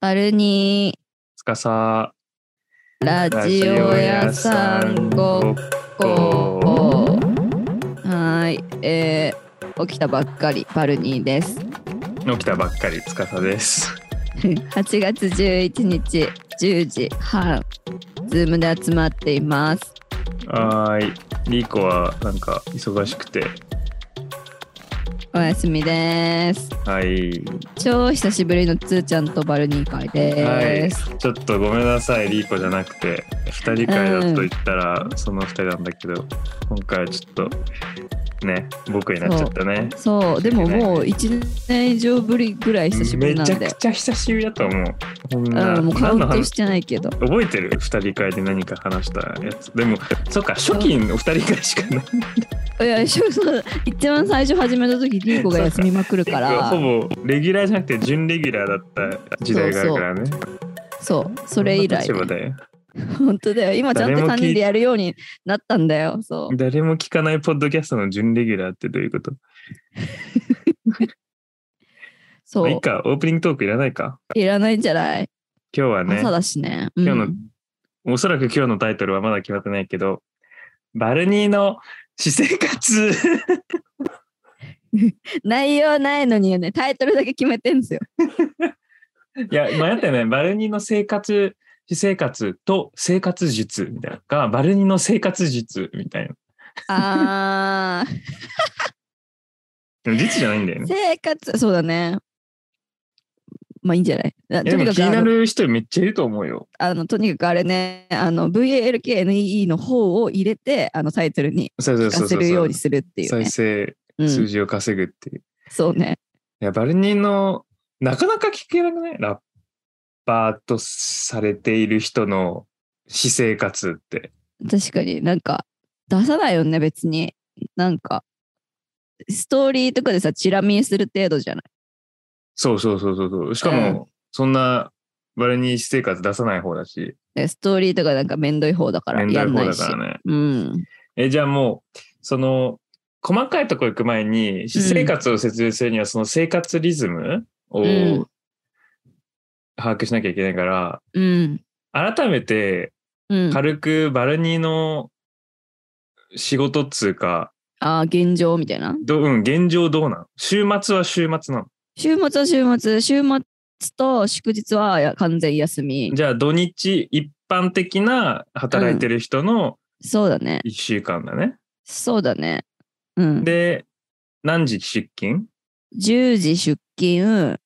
バルニつかさーラジオ屋さんごっこはーいえー、起きたばっかりバルニーです 起きたばっかりつかさです 8月11日10時半ズームで集まっていますはーいリーコはなんか忙しくておやすみですはい超久しぶりのつーちゃんとバルニー会です、ちょっとごめんなさいリーコじゃなくて2人会だと言ったらその2人なんだけど今回はちょっとね僕になっちゃったねそうでももう1年以上ぶりぐらい久しぶりめなんちゃでくちゃ久しぶりだと思うこんう、なんもうカウ何のント話してないけど覚えてる二人会で何か話したやつでもそうか初期の二人会しかないいやそうそう一番最初始めた時リーコが休みまくるからほぼレギュラーじゃなくて準レギュラーだった時代があるからねそそうそれ以来んな立場だよ本当だよ今ちゃんと誰も3聞い人でやるようになったんだよそう誰も聞かないポッドキャストの準レギュラーってどういうことまそあいいうかオープニングトークいらないかいらないんじゃない今日はね朝だしね、うん今日のおそらく今日のタイトルはまだ決まってないけどバルニーの私 生活内容ないのにねタイトルだけ決めてんですよいや迷ったよねバルニーの生活私生活と生活術みたいなのがバルニーの生活術みたいなあ ーでも実じゃないんだよね。生活そうだねまあいいんじゃないないやとでにもか気くにあなのる人めっちゃいると思うよ。あのとにかくあれねあの VALKNEE の方を入れてあのタイトルにそうそう聞そかうそせうるようにするっていう再ね生うん数字を稼ぐっていう。そうね。いや、バルニーの、なかなか聞けなくないラッパーとされている人の私生活って。確かになんか出さないよね、別に。なんか、ストーリーとかでさ、チラ見えする程度じゃない。そうそうそうそうそう。しかうんも、そんな、バルニー私生活出さない方だし、でストーリーとかなんかめんどい方だから面やん倒いな方いだし。からね。うん。え、じゃあもう、その、細かいとこ行く前に、私生活を説明するには、その生活リズムをうん把握しなきゃいけないから、うん。改めて、うん、あ軽くバルニーの仕事っつうか、あー、現状みたいな。どううん、現状どうなん週末は週末なの週末は週末、週末と祝日はや完全休み。じゃあ土日一般的な働いてる人のそうだね。 1週間だね。そうだね。うん。で、何時出勤10時出勤、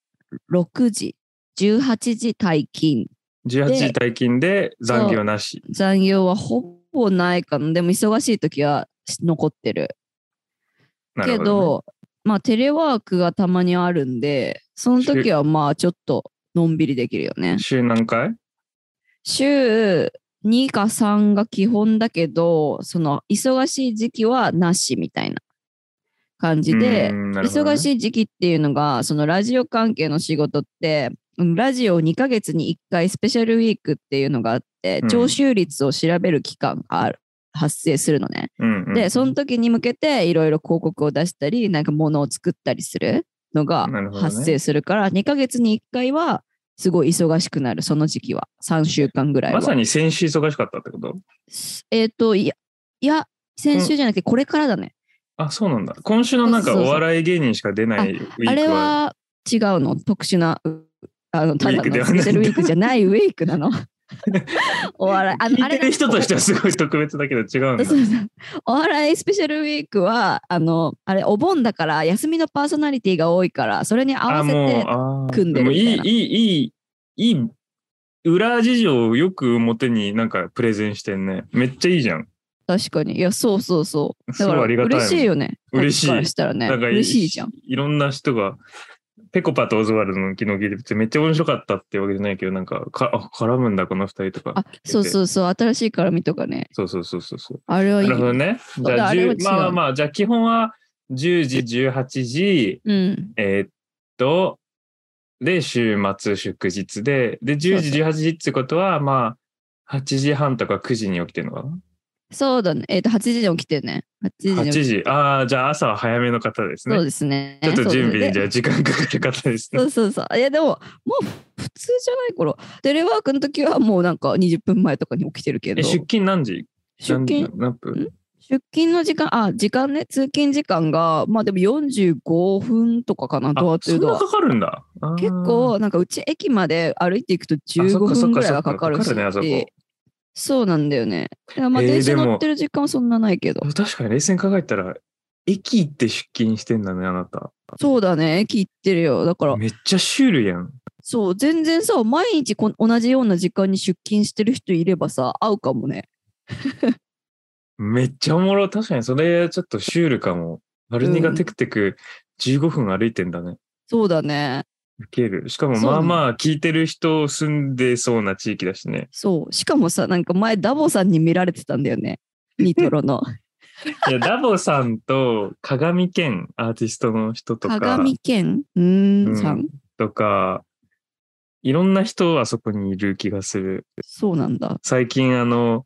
6時、18時退勤 ?18 時退勤で残業なし。残業はほぼないかな。でも忙しい時は残ってる。なけどるほどね、まあテレワークがたまにあるんで、その時はまあちょっとのんびりできるよね。週何回週2か3が基本だけど、その忙しい時期はなしみたいな感じで、忙い。しい時期っていうのが、そのラジオ関係の仕事って、うんラジオを2ヶ月に1回スペシャルウィークっていうのがあってう、ん聴取率を調べる期間がある発生するのね。うんうんで、その時に向けていろいろ広告を出したり、なんか物を作ったりするのがなるほどね発生するから、2ヶ月に1回はすごい忙しくなる、その時期は。3週間ぐらいは。まさに先週忙しかったってことえっ、と、いや、いや、先週じゃなくてこれからだね。あ、そうなんだ。今週のなんそかうそうおそう笑い芸人しか出ないウィークは。あれは違うの、特殊な、うあの、ただウィークでのはスないペシャルウィークじゃないウィーク なの。お笑い、あ聞いてる人としてははすごい特別だけど違うんだ。そうそうお笑いスペシャルウィークはあのあれお盆だから休みのパーソナリティが多いからそれに合あわせもうてあー組んでるみたいなもいい、いい、いい、いい、裏事情をよく表になんかプレゼンしてんね。めっちゃいいじゃん。確かにいやそうそうそうだそうからありがたい嬉しいよね嬉しいこっちからしたらねなんか嬉しいじゃん。いろんな人が、ペコパとオズワルドの昨日聞いててめっちゃ面白かったってわけじゃないけど、なんかか、あ、絡むんだ、この二人とか。あそうそうそう新しい絡みとかねそうそうそうそうそう。あれはいないるほどよね。うじゃだあ、あれは違う10まあまあまあ、じゃあ基本は10時、18時、うんえーっと、で、週末、祝日で、で、10時、18時ってことは、まあ、8時半とか9時に起きてるのかなそうだね。えっ、と、8時に起きてね。8時に8起きて。時。ああ、じゃあ朝は早めの方ですそうね。ですね。ちょっと準備にじゃゃあ時間かかる方ですそね。うそうそう。いや、でも、もう普通じゃない頃、テレワークの時はもうなんか20分前とかに起きてるけえ、ど、出出勤何時何時勤、何分出勤の時間、あ、時間ね、通勤時間が、まあでも45分とかかな、あドアトそゥんなドア。かかるんだ。あー結構、なんかうち駅まで歩いていくとあ15そっかそ分っぐらいそっはかかるし、ね、あそこ。そうなんだよね。だからまあえー電車でも乗ってる時間はそんなないけど。確かに冷静に考えたら、駅行って出勤してんだね、あなた。そうだね、駅行ってるよ。だから、めっちゃシュールやん。そう、全然さ、毎日こん同じような時間に出勤してる人いればさ、会うかもね。めっちゃおもろ。確かにそれちょっとシュールかも。バルニがテクテク15分歩いてんだね。そうだね。ウケる。しかもそうまあまあ聞いてる人住んでそうな地域だしね。そう。しかもさ、なんか前、ダボさんに見られてたんだよ ね。ニトロの。いや、ダボさんと鏡県アーティストの人とか、鏡県うーうんん、さん。とか、いろんな人あそこにいる気がする。そうなんだ。最近あの、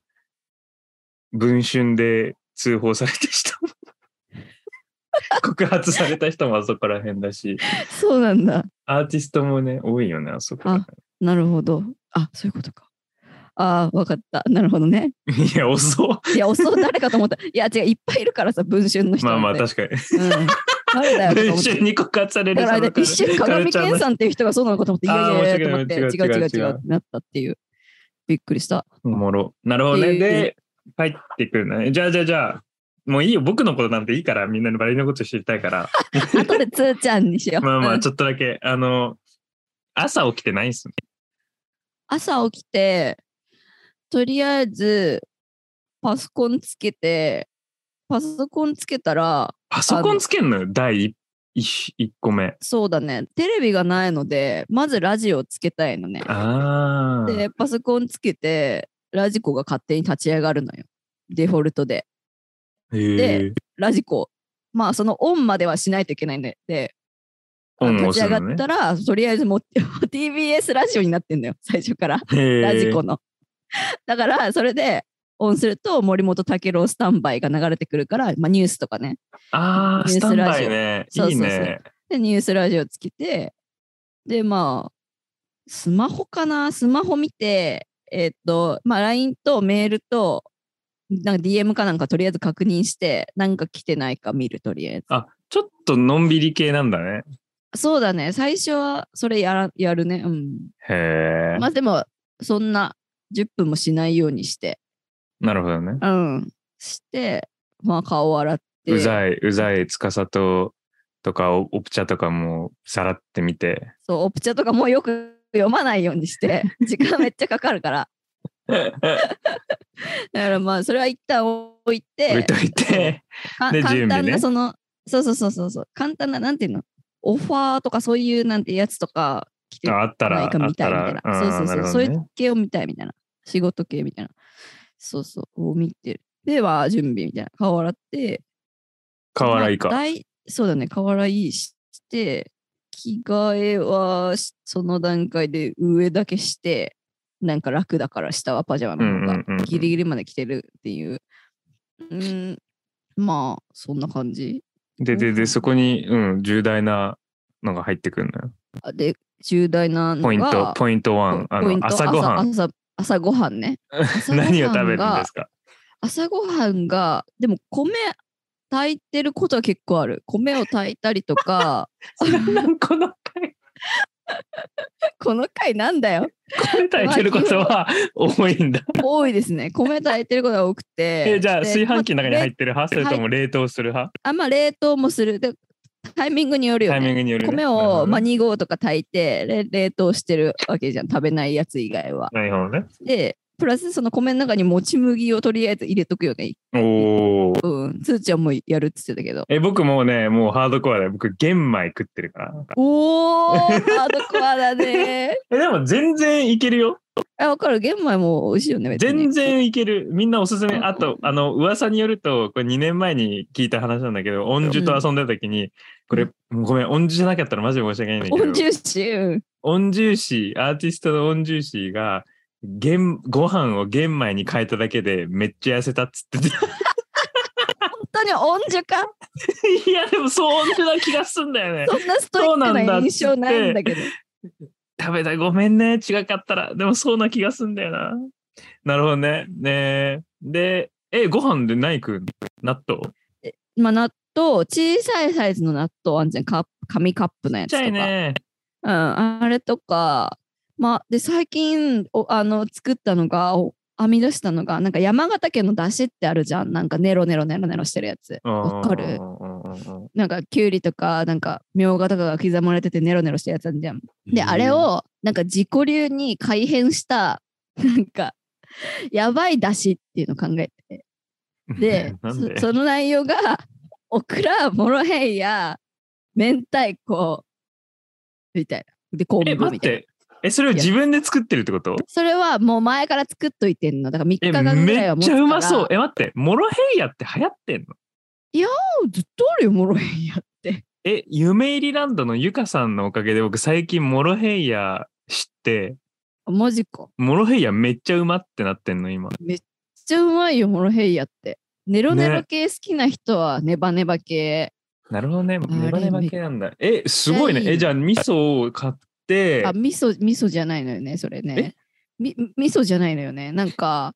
文春で通報された人 も告発された人もあそこら辺だし、そうなんだ。アーティストもね、多いよね、あそこらなるほど。あ、そういうことか。ああ、わかった。なるほどね。辺。 いや、 遅っ。いや、遅う誰かと思った。いや、違う、いっぱいいるからさ、文春の人まなあんて。まあ確か に。うん誰だよと文思って春に告発されるだそかのらカル一瞬鏡健さんっていう人がそうなのかと思って、いあやいーやいやと間違思いっなて、い違う違う違う違違ううってなったっていう。びっくり した。おもろ。なるほどね。っていうで、入ってくるんだね。じゃあじゃあじゃあ、もういいよ。僕のことなんていいから、みんなのバリのこと知りた いから。後でつーちゃんにしよう。まあまうあ、んちょっとだけ、あの、朝起きてないんすね。朝起きて、とりあえず、パソコンつけて、パソコンつけたら、パソコンつけんのよ、第 1, 個目。そうだね、テレビがないので、まずラジオつけたいのね。ああ。で、パソコンつけて、ラジコが勝手に立ち上がるのよ。デフォルトで。へえ。ラジコ。まあ、そのオンまではしないといけないんで、でオンを立すち上るがのっね。たら、とりあえずもう TBS ラジオになってんだよ、 最初から。へえラジコの。だから、それで、オンすると森本武郎スタンバイが流れてくるから、まあ、ニュースとかね。ああ、ニュースタンスラバジオイね。そういいそうそうね。で、ニュースラジオつけて、で、まあ、スマホかなスマホ見て、えーっと、まあ、LINE とメールと、なんか DM かなんかとりあえず確認して、なんか来てないか見る、とりあえず。あ、ちょっとのんびり系なんだね。そうだね。最初はそれやらやるね。うん。へえ。まあでも、そんな10分もしないようにして、なるほどね。うん。して、まあ顔を洗って。うざい、うざい、つかさと、とか、おオプチャとかもさらってみて。そう、オプチャとかもうよく読まないように して、時間めっちゃかかるから。だからまあ、それは一旦置いて、置いといて。かで準簡備単ねなその、そうそうそうそうそう、簡単な、なんていうの、オファーとかそういうなんてやつとか来てああったら、なあいかっ見たたいみたらいな。。んそうそうそう、なるそほうどいねう系を見たいみたいな。仕事系みたいな。そうそう、を見てる。では、準備みたいな。顔洗って、河原以まあ下。大そうだね、河原いいして、着替えはしその段階で上だけして、なんか楽だから下はパジャマの方うんうんうんうがんギリギリまで着てるっていう。うん、まあ、そんな感じ。で、で、で、そこに、うん、重大なのが入ってくるのよ。あで、重大なのがポイント、ポイント1。あポイのン、ト朝ごはん。朝朝朝ごはん ね。朝ごはんが何を食べるんです か朝ごはんが、でも米炊いてることは結構ある。米を炊いたりと か、なんこの回、 この回なんだよ。これ炊いてることは多いんだ。多いですね。米炊いてることが多くて。え、じゃあ、 で炊飯器の中に入まってる派それとも冷凍する派あ、まあ、冷凍もする。で、タイミングによるよタね。イミングによるね。米なるほを、どねまあ、2合とか炊いてれ冷凍してるわけじゃん食べないやつ以外は。なるほどね。でプラスその米の中にもち麦をとりあえず入れとくよね。おー。うん。つーちゃんもやるっつってたけど。え、僕もうね、もうハードコアで、僕、玄米食ってるから。おーハードコアだね。 え、でも全然いけるよ。あ、わかる。玄米も美味しいよね。別に全然いける。みんなおすすめ。うんあと、あの、噂によると、これ2年前に聞いた話なんだけど、音樹と遊んでた時に、これ、ごめん、音樹じゃなかったらマジで申し訳ないんだけど、おジューシー。うん音樹師、アーティストの音樹師が、玄ご飯を玄米に変えただけでめっちゃ痩せたっつって本当に音樹かて いやでもそうな気がすんだよねそんなストイックな印象ないんだけど。食べたごめんね違かったらでもそうな気がすんだよななるほどねねでえご飯で何食うの納豆ちっまあ納豆、小さいサイズの納豆あんじゃん。カップ紙カップのやつちとゃか。いねうん、あれとか。まあ、で、最近おあの作ったのが、お編み出したのが、なんか山形県の出汁ってあるじゃん。なんかネロネロネロネロしてるやつ。わかるうんうんうんうんうんなんかきゅうりとか、なんかみょうがとかが刻まれててネロネロしてるやつあんじゃん。で、あれをなんか自己流に改変した、なんか、やばい出汁っていうのを考えて。でなんでそその内容が オクラモロヘイヤ明太子みたいなで昆え布待みったいなてえそれを自分で作ってるってことそれはもう前から作っといてんのだから3え日間ぐらいめはっ持つちからゃうまそうえ待ってモロヘイヤって流行ってんのうんずっとあるよモロヘイヤって え夢入りランドのゆかさんのおかげで僕最近モロヘイヤ知ってあマジかめっモロヘイヤめっちゃうまってなってんの今ちゃうまいよモロヘイヤってネロネロね系好きな人はネバネバ系、なるほどね。れネバネバ系なんだ。え、すごいね。めっちゃいいえ、じゃあ、味噌を買ってあ、味噌味噌じゃないのよねそれねみ味噌じゃないのよねなんか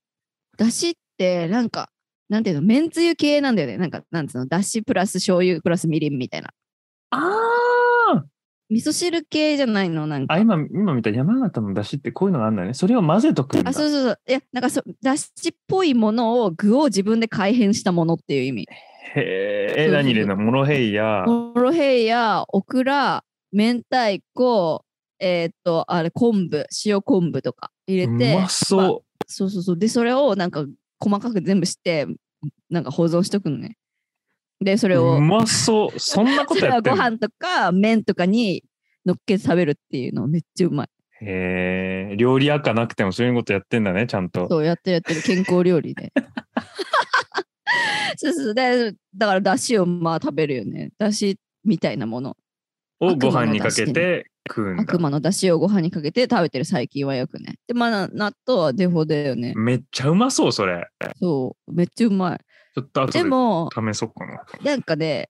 だしってなんかなんていうのめんつゆ系なんだよねなんかなんつうのだしプラス醤油プラスみりんみたいなあー味噌汁系じゃないのなんかあ、今、今見た山形の出汁ってこういうのがあるんだね。それを混ぜとくんだ。あそうそうそういやなんかそだしっぽいものを具を自分で改変したものっていう意味へそうそうえ、そう何入れるのモロヘイヤ。モロヘイヤオクラ明太子えーっとあれ昆布塩昆布とか入れうてまそそうそうそう。で、それをなんか細かく全部して、なんか保存しとくのね。で、それう。を、うまそう。そんなこそとれやはってごる。飯とか麺とかに乗っけて食べるっていうのめっちゃうまい。へえ、料理赤なくてもそういうことやってんだね、ちゃんと。そう、やってるやってる。健康料理 で。そうそう。で、だから、だしをまあ食べるよね。だしみたいなもの。を悪魔ごの飯にかけて食うんだ悪。魔のだしをご飯にかけて食べてる最近はよくね。で、まあ、納豆はデフォだよね。めっちゃうまそう、それ。そう。めっちゃうまい。ちょっと後ででも、試そうかな。なんかね、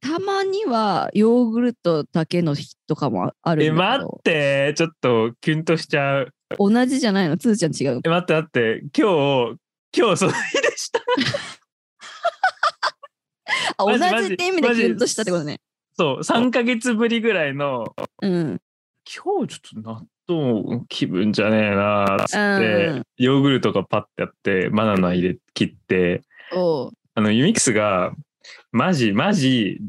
たまにはヨーグルトだけの日とかもあるんえ、だけ待どっ、て。ちょっとキュンとしちゃう。同じじゃないの、つーちゃん違う。え、待って待って、今日、今日その 日でした。あ、同マジマジじって意味でキュンとしたってことね。そう、3ヶ月ぶりぐらいの、うん。今日ちょっと納豆の気分じゃねえなーっつうんうっんて、ヨーグルトがパッてやって、バナナ入れ切って、おうあの、ユミックスが、マジ、マジ、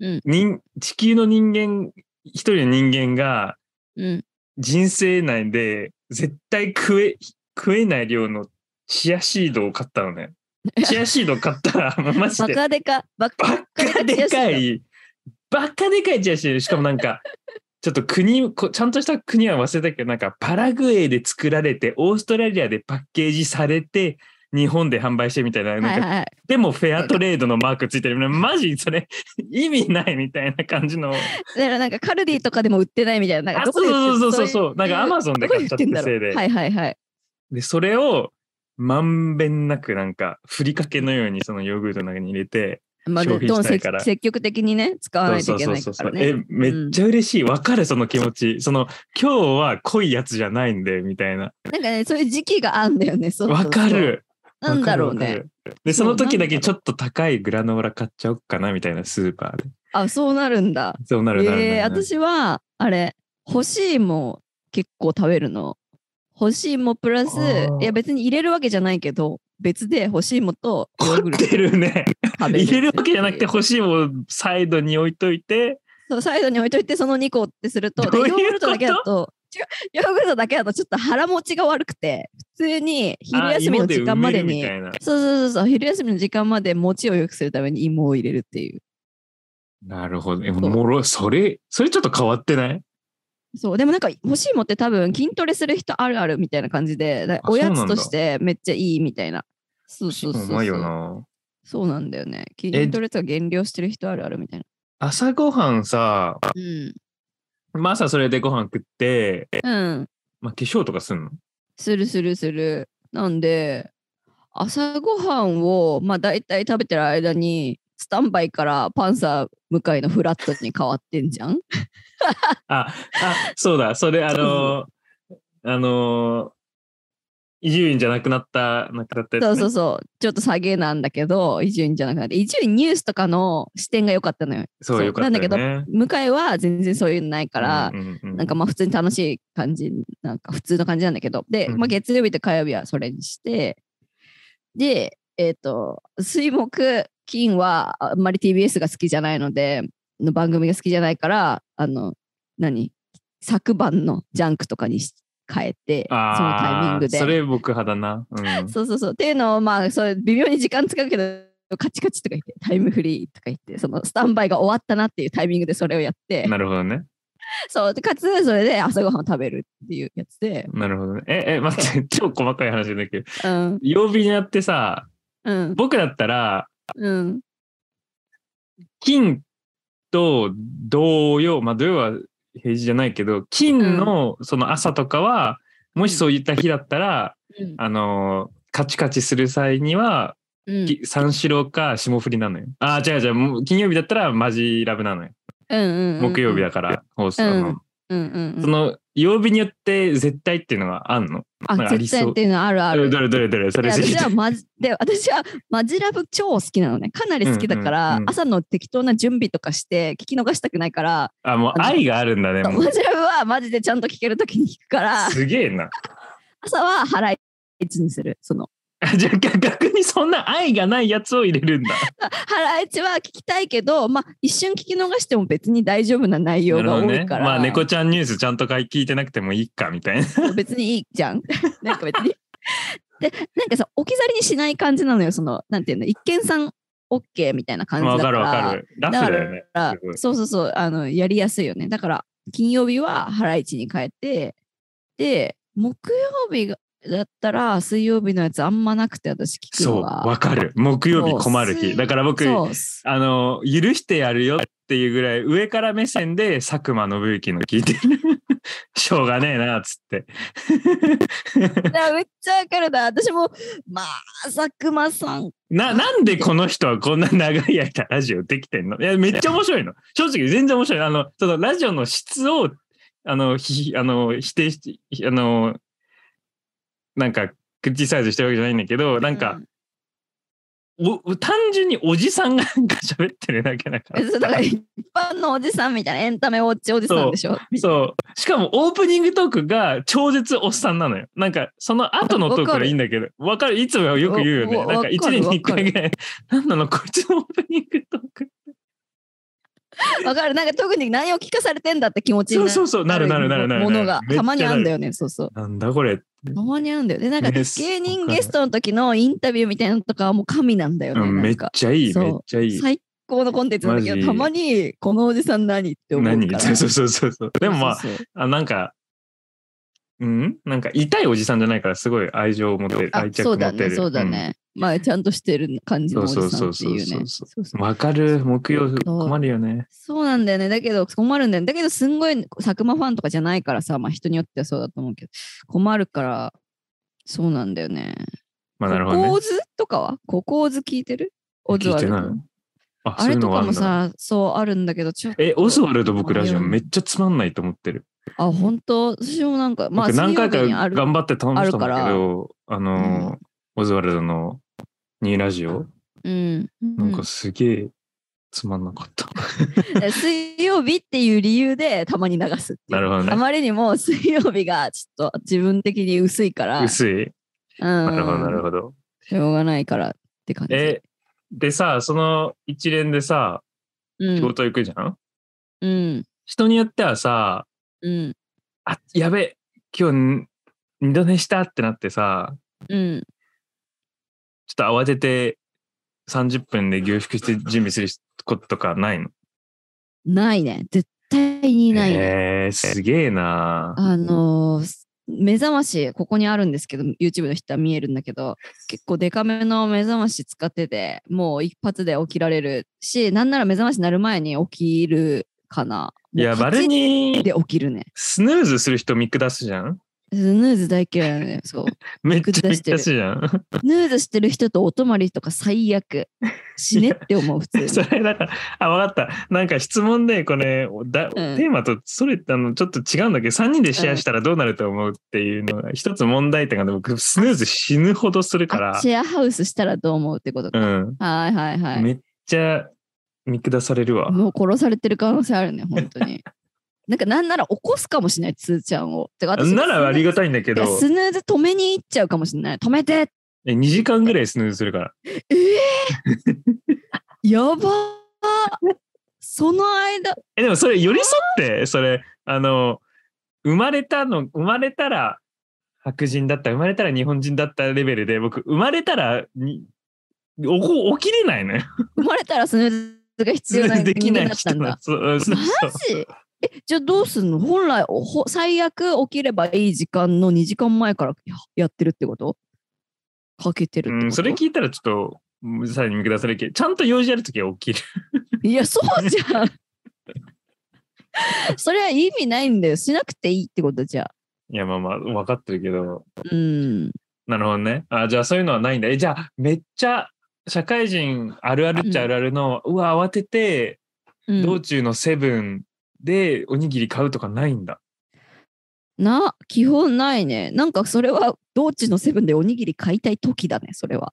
うん人地球の人間、一人の人間がうん。人生内で絶対食え、食えない量のチアシードを買ったの ね。チアシード買ったら、もうマジバで。カデカ、バカバカでかい、バカでかいチアシード。しかもなんか、ちょっと国、こちゃんとした国は忘れたけど、なんかパラグエイで作られて、オーストラリアでパッケージされて、日本で販売してみたいな、なんか、はいはい。でもフェアトレードのマークついてる。マジそれ、意味ないみたいな 感じの。だからなんかカルディとかでも売ってないみたいな。なんかあ、どそこで売ってうそうそうそうう。そう。なんかアマゾンでどこで売買っっちゃっててんだろ。せいうで。はいはいはい。で、それを、まんべんなくなんか、ふりかけのようにそのヨーグルトの中に入れて、まあ、消ど費んどんしたい積から積極的にね、使わないといけないそうかそらうそうそうえね。めっちゃ嬉しいわ、かるその気持ちその今日は濃いやつじゃないんでみたいななんかね、そういう時期があんだよね。そうそうそうわか。るなんだろうわかね。るわかるでそそうの時だけちょっと高いグラノーラ買っちゃおっかなみたいなスーパーであ、そうなるんだ。そうなるなるなるえー、なる私はあれ干し芋結構食べるの干し芋プラスあーいや別に入れるわけじゃないけど別で干し芋とヨーグルト凝ってるね食べる入れるわけじゃなくてっ欲しいもんサイドに置いといていうそうサイドに置いといてその2個ってするとどういうでヨーグルトこだとけだと違うヨーグルトだけだとちょっと腹持ちが悪くて普通に昼あ休みの時間まで芋に埋めるみたいそうそうそうそう昼休みの時間まで餅を良くするために芋を入れるっていうななるほどえそうもろそれそれちょっと変わってないそうでもなんか干し芋って多分筋トレする人あるあるみたいな感じでだあおやそつうなんだとしてめっちゃいいみたいなそうそうそううそまういよなそうなんだよね筋トレとか減量してる人あるあるみたいな朝ごはんさうん、まあ朝それでご飯食って、うん、まあ、化粧とかすんのするするする。なんで、朝ごはんを、まあ大体食べてる間に、スタンバイからパンサー向かいのフラットに変わってんじ ゃんあ、あ、そうだ、それ、あの、あの、伊集院じゃなくなった、なくなったやつ、ね。そうそうそう。ちょっと下げなんだけど、伊集院じゃなくなって、伊集院ニュースとかの視点が良かったのよ。そうそうよかったよ、ね。なんだだけ向井は全然そういうのないから、なんかまあ普通に楽しい感じ、なんか普通の感じなんだけど、で、うんまあ、月曜日と火曜日はそれにして、で、えっ、と、水木、金はあんまり TBS が好きじゃないので、の番組が好きじゃないから、あの、何昨晩のジャンクとかにし変えて、そのタイミングで。それ僕派だな。うん。そうそうそう。っていうのを、まあ、そう微妙に時間使うけど、カチカチとか言って、タイムフリーとか言って、そのスタンバイが終わったなっていうタイミングでそれをやって、なるほどね。そう、でかつ、それで朝ごはんを食べるっていうやつで、なるほどね。え、え、待って、 超細かい話だけど、うん、曜日になってさ、うん、僕だったら、うん、金と土曜、まあ土曜は平日じゃないけど、金のその朝とかは、もしそういった日だったら、うんあのーカチカチする際には、うん、き三四郎か霜降りなのよ。ああ、違う違うもう、金曜日だったらマジラブなのよ。うん、うん木曜日だから、放送の。うん、うん、うそん。の、曜日によって絶対っていうのはあんのなんあ、かあり絶そう対っていうのあるあどれる。どれどれどれそでれ私はマジで私はマジラブ超好きなのねかなり好きだから、うんうんうん朝の適当な準備とかして聞き逃したくないから、あ、もう愛があるんだね。もうマジラブはマジでちゃんと聞けるときに聞く からすげえな。朝はハライチにする。その。 あじゃあ逆にそんな愛がないやつを入れ るんだ。ハライチは聞きたいけど、まあ一瞬聞き逃しても別に大丈夫な内容なるがほ多どねい。から、まあ、猫ちゃんニュースちゃんと聞いてなくてもいいかみたいな。別にいいじゃん。なんか別に。 で、なんかさ、置き去りにしない感じなのよ。その、なんていうの、一見さん OK みたいな感じまあ、だわか。からるわかる。ラフだかだよね。らすご、いそうそうそう、あの、やりやすいよね。だから、金曜日はハライチに変えて、で、木曜日がだったら、水曜日のやつあんまなくて、私聞くそのう、が。わかる。木曜日困るそう日。だから僕、そう。あの、許してやるよっていうぐらい、上から目線で佐久間信之の聞いてる。 しょうがねえな、つって。 いやめっちゃわかるな。私も、まあ、佐久間さん。な、なんでこの人はこんな長い間ラジオできてんのいや、めっちゃ面白いの。正直、全然面白い。あの、そのラジオの質を、あの、ひ、あの、否定し、あの、なんか、クリティサイズしてるわけじゃないんだけど、なんか、お単純におじさんがなんか喋ってるだけだかうん、えそうだからら。一般のおじさんみたいな、エンタメウォッチおじさんでしょ。そう。しかもオープニングトークが超絶おっさんなのよ。なんかその後のトークはいいんだけど、わかる。いつもよく言うよわね。わなんか一年に一回ぐらい、なんなのこいつのオープニングトーク。わかる。なんか特に何を聞かされてんだって気持ちにそなうるそうそう。なるなるなるなる。ものがめっちゃたまにあんだなる。よね。そうそう。なんだこれ。たまにあんだよね。なんかね芸人ゲストの時のインタビューみたいなのとかはもう神なんだよね。うんなめんっかちゃいい、そうめっちゃいい。最高のコンテンツなんだけマど、ジたまにこのおじさん何って思うか何 ら。そうそうそうそうそう。でもまあ、そうそうあなんか、うんなんか痛いおじさんじゃないからすごい愛情を持ってるあ愛着そ持っうだてね、る。そうだね。まあちゃんとしてる感じのおじさんっていうね。そうそうそううん。わかる。木曜困るよね。そうなんだよね。だけど困るんだよね。だけどすんごい佐久間ファンとかじゃないからさ、まあ人によってはそうだと思うけど、困るから、そうなんだよね。まあなるほどコねコ。ーズとかはココーズ聞いてるオズ聞いワてルドないの。ああれとかも。そういうのがあんださ、そうあるんだけど、ちょっと。え、オズワルド僕ラジオうんめっちゃつまんないと思ってる。あ、本当私もなんか、まあ僕何回か水曜日にある頑張って頼んだんだあけるど、あのー、オズワルドのニューラジオ、うん。なんかすげえつまんなかった。うん水曜日っていう理由でたまに流すっていうなるほどねあまりにも水曜日がちょっと自分的に薄いから。薄い。うん。なるほど、なるほど。しょうがないからって感じ。え、でさ、その一連でさ、う仕ん、事行くじゃん、うん、人によってはさ、うん、あ、やべ、今日二度寝したってなってさ、うん。ちょっと慌てて30分で凝縮して準備することとかないのないね。絶対にないね。えー、すげえなあのー目覚まし、ここにあるんですけど、YouTube の人は見えるんだけど、結構デカめの目覚まし使ってて、もう一発で起きられるし、なんなら目覚ましになる前に起きるかな。いや、もうバル8ニーで起きるね。スヌーズする人見下すじゃんヌーズ大嫌いなのよ。 そう。めっちゃ下してる難しいじゃん。ヌーズしてる人とお泊まりとか最悪。死ねって思う、普通 そに。れだから、あ、わかった。なんか質問で、これ、だテーマと、それ、あの、ちょっと違うんだけど、3人でシェアしたらどうなると思うっていうのが、一つ問題点があって、僕、スヌーズ死ぬほどするかあらシ、ェアハウスしたらどう思うってことうか。ん。はいはいはい。めっちゃ見下されるわ。もう殺されてる可能性あるね、本当に。なんかなんなら起こすかもしれない、つーちゃんを。てか私ならありがたいんだけどいや、スヌーズ止めに行っちゃうかもしれない。止めてえ2時間ぐらいスヌーズするから。えー、やばーその間、え、でもそれ寄り添って、それ、あの、生まれたの、生まれたら白人だった、生まれたら日本人だったレベルで、僕、生まれたらに、おこ起きれないのよ。生まれたらスヌーズが必要なでき人な間いだった人んなだ。そうそうマそうジえ、じゃあどうすんの本来おほ、最悪起きればいい時間の2時間前からややってるってことかけてるってうこと、ん、それ聞いたらちょっと、さらに見下されるけど、ちゃんと用事あるときは起きる。 いや、そうじゃん。それは意味ないんだよ。しなくていいってことじゃ。いや、まあまあ、分かってるけど。うん。なるほどね。あ、じゃあそういうのはないんだ。え、じゃあ、めっちゃ、社会人あるあるっちゃあるあるの、うわ、慌てて、うん道中のセブンでおにぎり買うとかないんだ。な、基本ないね。なんかそれは、道中のセブンでおにぎり買いたい時だね、それは。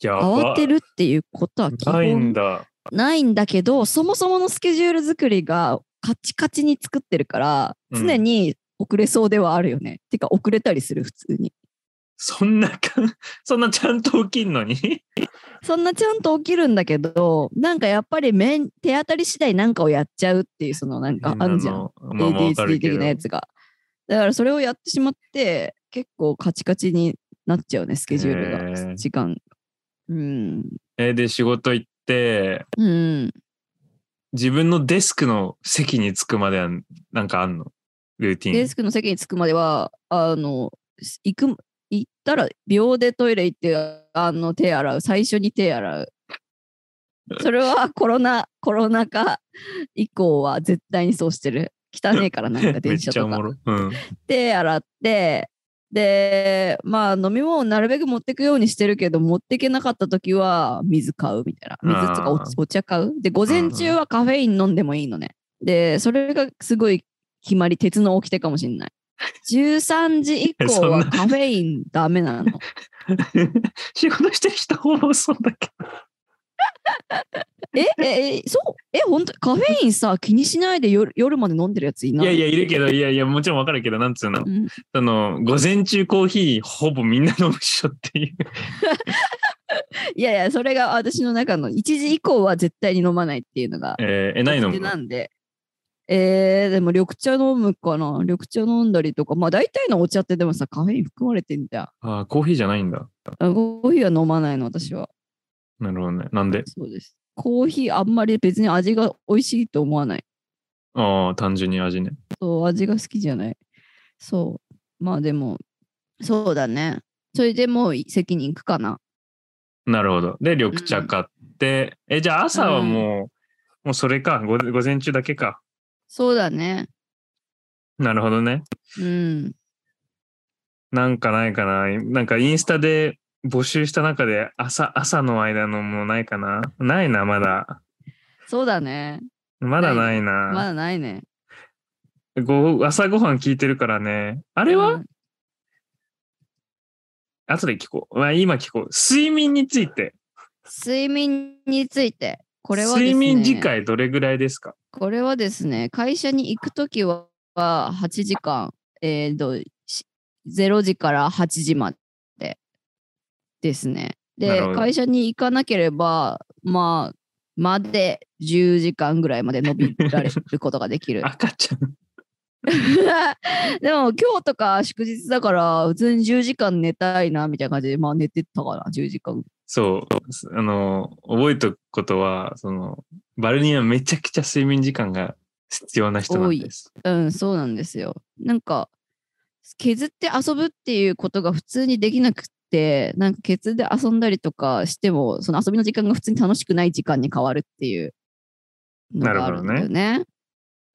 やば慌てるっていうことは基ないん本だ。ないんだけど、そもそものスケジュール作りがカチカチに作ってるから、うん常に遅れそうではあるよね。てか、遅れたりする、普通に。そんな か、そんなちゃんと起きんのにそんなちゃんと起きるんだけど、なんかやっぱり面手当たり次第なんかをやっちゃうっていう、そのなんかあるじゃん。変なのまあまあわかる ADHD け的どなやつが。だからそれをやってしまって、結構カチカチになっちゃうね、スケジュールへーが、時間。うん。えーで、仕事行って、うん。自分のデスクの席に着くまではなんかあんのルーティン。デスクの席に着くまでは、あの、行く、行ったら秒でトイレ行って、あの、手洗う。最初に手洗う。それはコロナ、コロナ禍以降は絶対にそうしてる。汚ねえからなんか めっ電車ちゃとおかも。ろ。うん。 手洗ってでまあ飲み物をなるべく持ってくようにしてるけど持ってけなかった時は水買うみたいな水とかおあーお茶買うで午前中はカフェイン飲んでもいいのねでそれがすごい決まり鉄の掟かもしんない13時 以降そんはなカフェインダメなの仕事してる人ほぼそうだけえええそうえ本当カフェインさ気にしないで夜夜まで飲んでるやついど。ないいや、やいや、いるけど、いやいや、もちろんわかるけど、なんつうのう。んその、午前中コーヒーほぼみんな飲むっしょっていう。いやいやそれが私の中の1時以降は絶対に飲まないっていうのがえーえ、ないの手なんで。えー、でも緑茶飲むかな緑茶飲んだりとかまあ大体のお茶ってでもさカフェイン含まれてんじゃんああ、コーヒーじゃないんだ。あコーヒーは飲まないの私はなるほどね。なんでそうですコーヒーあんまり別に味が美味しいと思わないああ、単純に味ね。そう味が好きじゃないそうまあでもそうだねそれでもう席に行くかななるほど。で、緑茶買って、え、じゃあ朝はもう、もうそれか午、午前中だけか。そうだねなるほどね。うんなんかないかな。なんかインスタで募集した中で、朝、朝の間のもうないかな。ないな、まだ。そうだねまだないまな。だないねご朝ごはん聞いてるからね。ああれは、後で聞こう。まあ、今聞こう。睡眠について。睡眠についてこれはですね睡眠時間どれぐらいですかこれはですね、会社に行くときはは8時間、えー、と、し0時から8時までですね。なでるほ、ど会社に行かなければ、まあ、まで10時間ぐらいまで伸びられることができ る。赤ちゃん。 でも今日とか祝日だから、普通に10時間寝たいなみたいな感じで、まあ寝てたかな、10時間。そうす。あの、覚えとくことは、その、バルニーはめちゃくちゃ睡眠時間が必要な人なんです。うん、そうなんですよ。なんか、削って遊ぶっていうことが普通にできなくって、なんか削で遊んだりとかしても、その遊びの時間が普通に楽しくない時間に変わるっていうのがあるんだよね。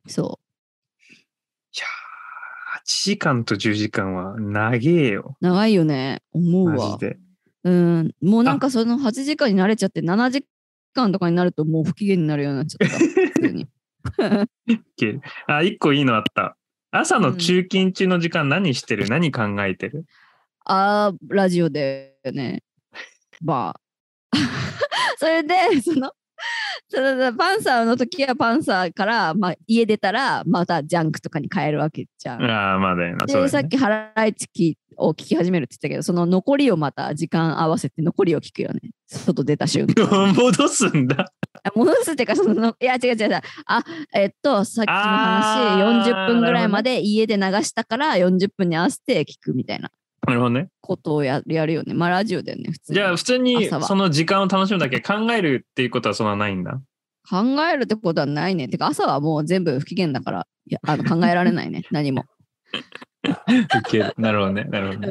そう。時間と10時間は長えよ。長いよね。思うマわジ。で。うん。もうなんかその8時間に慣れちゃって、7時間とかになるともう不機嫌になるようになっちゃった。普通に。あ、一個いいのあった。朝の中勤中の時間何してる、何考えてるあー、ラジオでね。バあ。 それで、その、そのパンサーの時はパンサーから、まあ、家出たら、またジャンクとかに変えるわけじゃん。ああ、まあだよな。で、そうださっよねきハライチキを聞き始めるって言ったけど、その残りをまた時間合わせて残りを聞くよね。外出た瞬 間。戻すんだ。あ戻すっていうか、その、いや違う違う違う。あ、えっと、さっきのあー話、40分ぐらいまで家で流したから、40分に合わせて聞くみたいななるほどね。ことをややるよね。まあ、ラジオだよね、普通に。じゃあ普通に朝はその時間を楽しむだけ考えるっていうことはそんなないんだ。考えるってことはないね。てか、朝はもう全部不機嫌だから、いやあの考えられない ね。何も。けるなるほどね。なるほどね。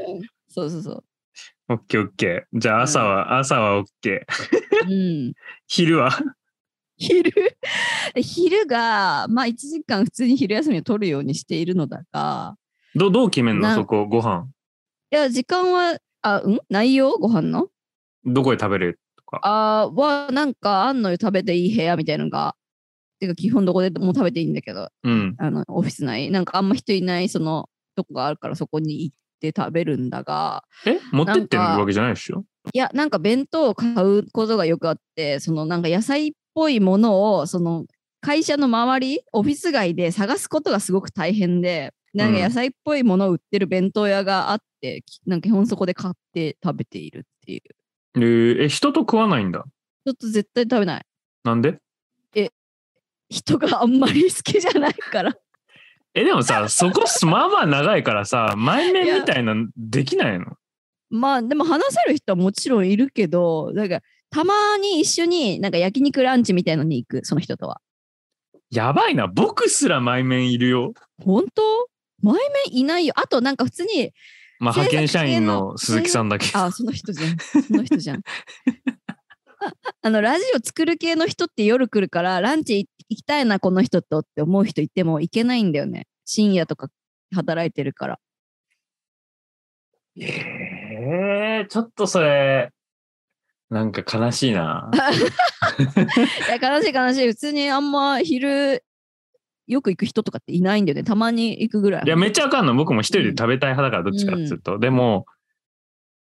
そうそう そう。オッケーオッケー。じゃあ朝は、朝はオッケー。うん。昼は昼 昼が、まあ、1時間普通に昼休みを取るようにしているのだが、どどう決めんのなそこご飯。いや、時間は、あ、うん内容ご飯のどこで食べるあーは、なんか、あんのよ、食べていい部屋みたいなのが、てか、基本どこでも食べていいんだけど、うん。あの、オフィス内、なんかあんま人いない、その、とこがあるから、そこに行って食べるんだが、え持ってってるなんかわけじゃないでしょいや、なんか弁当を買うことがよくあって、そのなんか野菜っぽいものを、その会社の周り、オフィス街で探すことがすごく大変で、なんかうん野菜っぽいものを売ってる弁当屋があって、きなんか基本そこで買って食べているっていう。えーえ、人と食わないんだ。ちょっと絶対食べない。なんで人があんまり好きじゃないから。え、で もさ、そこすまあまあ長いからさ、前面みたいなのできないのまあでも話せる人はもちろんいるけど、なんかたまに一緒になんか焼肉ランチみたいのに行く、その人とは。やばいな。僕すら前面いるよ。本当前面いないよ。あとなんか普通にまあ制作派遣社員の鈴木さんだけど。あ、その人じゃん。その人じゃん。あのラジオ作る系の人って夜来るからランチ行きたいなこの人とって思う人いても行けないんだよね深夜とか働いてるからえー、ちょっとそれ、なんか悲しい な。いや悲しい悲しい普通にあんま昼よく行く人とかっていないんだよねたまに行くぐらいいや、めっちゃわかんの。僕も一人で食べたい派だから、どっちかっていうと。でも、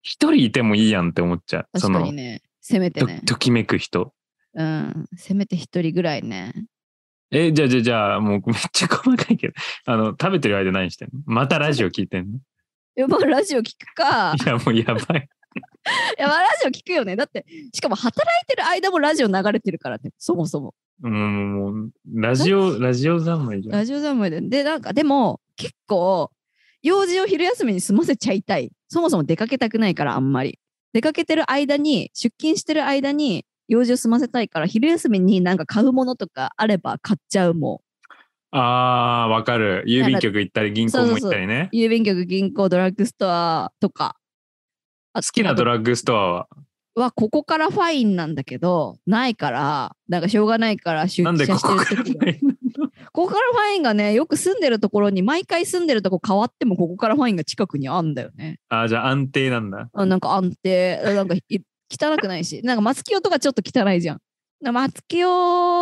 一人いてもいいやんって思っちゃう。そ確かの、にねせめてとねときめく人。うんせめて一人ぐらいねえ、じゃあじゃあじゃあ、もうめっ ちゃ細かいけど、あの、食べてる間何してんのまたラジオ聞いてんのいやまあラジオ聞く かいや、もうやば い。いやまあラジオ聞くよねだってしかも働いてる間もラジオ流れてるからねそもそもうん、もう、ラジオ、ラジオ三昧じゃん。ラジオ三昧で。で、なんか、でも、結構、用事を昼休みに済ませちゃいたい。そもそも出かけたくないから、あんまり。出かけてる間に、出勤してる間に、用事を済ませたいから、昼休みになんか買うものとかあれば買っちゃうもあー、わかる。郵便局行ったり、銀行も行ったりね。ん。郵便局、銀行、ドラッグストアとか。好好きなドララッグストアは、は、ここからファインなんだけど、ないから、なんかしょうがないから出な社んでしてこるこから時がここからファインがね、よく住んでるところに、毎回住んでるとこ変わっても、ここからファインが近くにあんだよね。 あー、じゃあ安定なんだ。あなんか安 定、あなんかい汚くないし、なんか松清とかちょっと汚いじゃん。な松清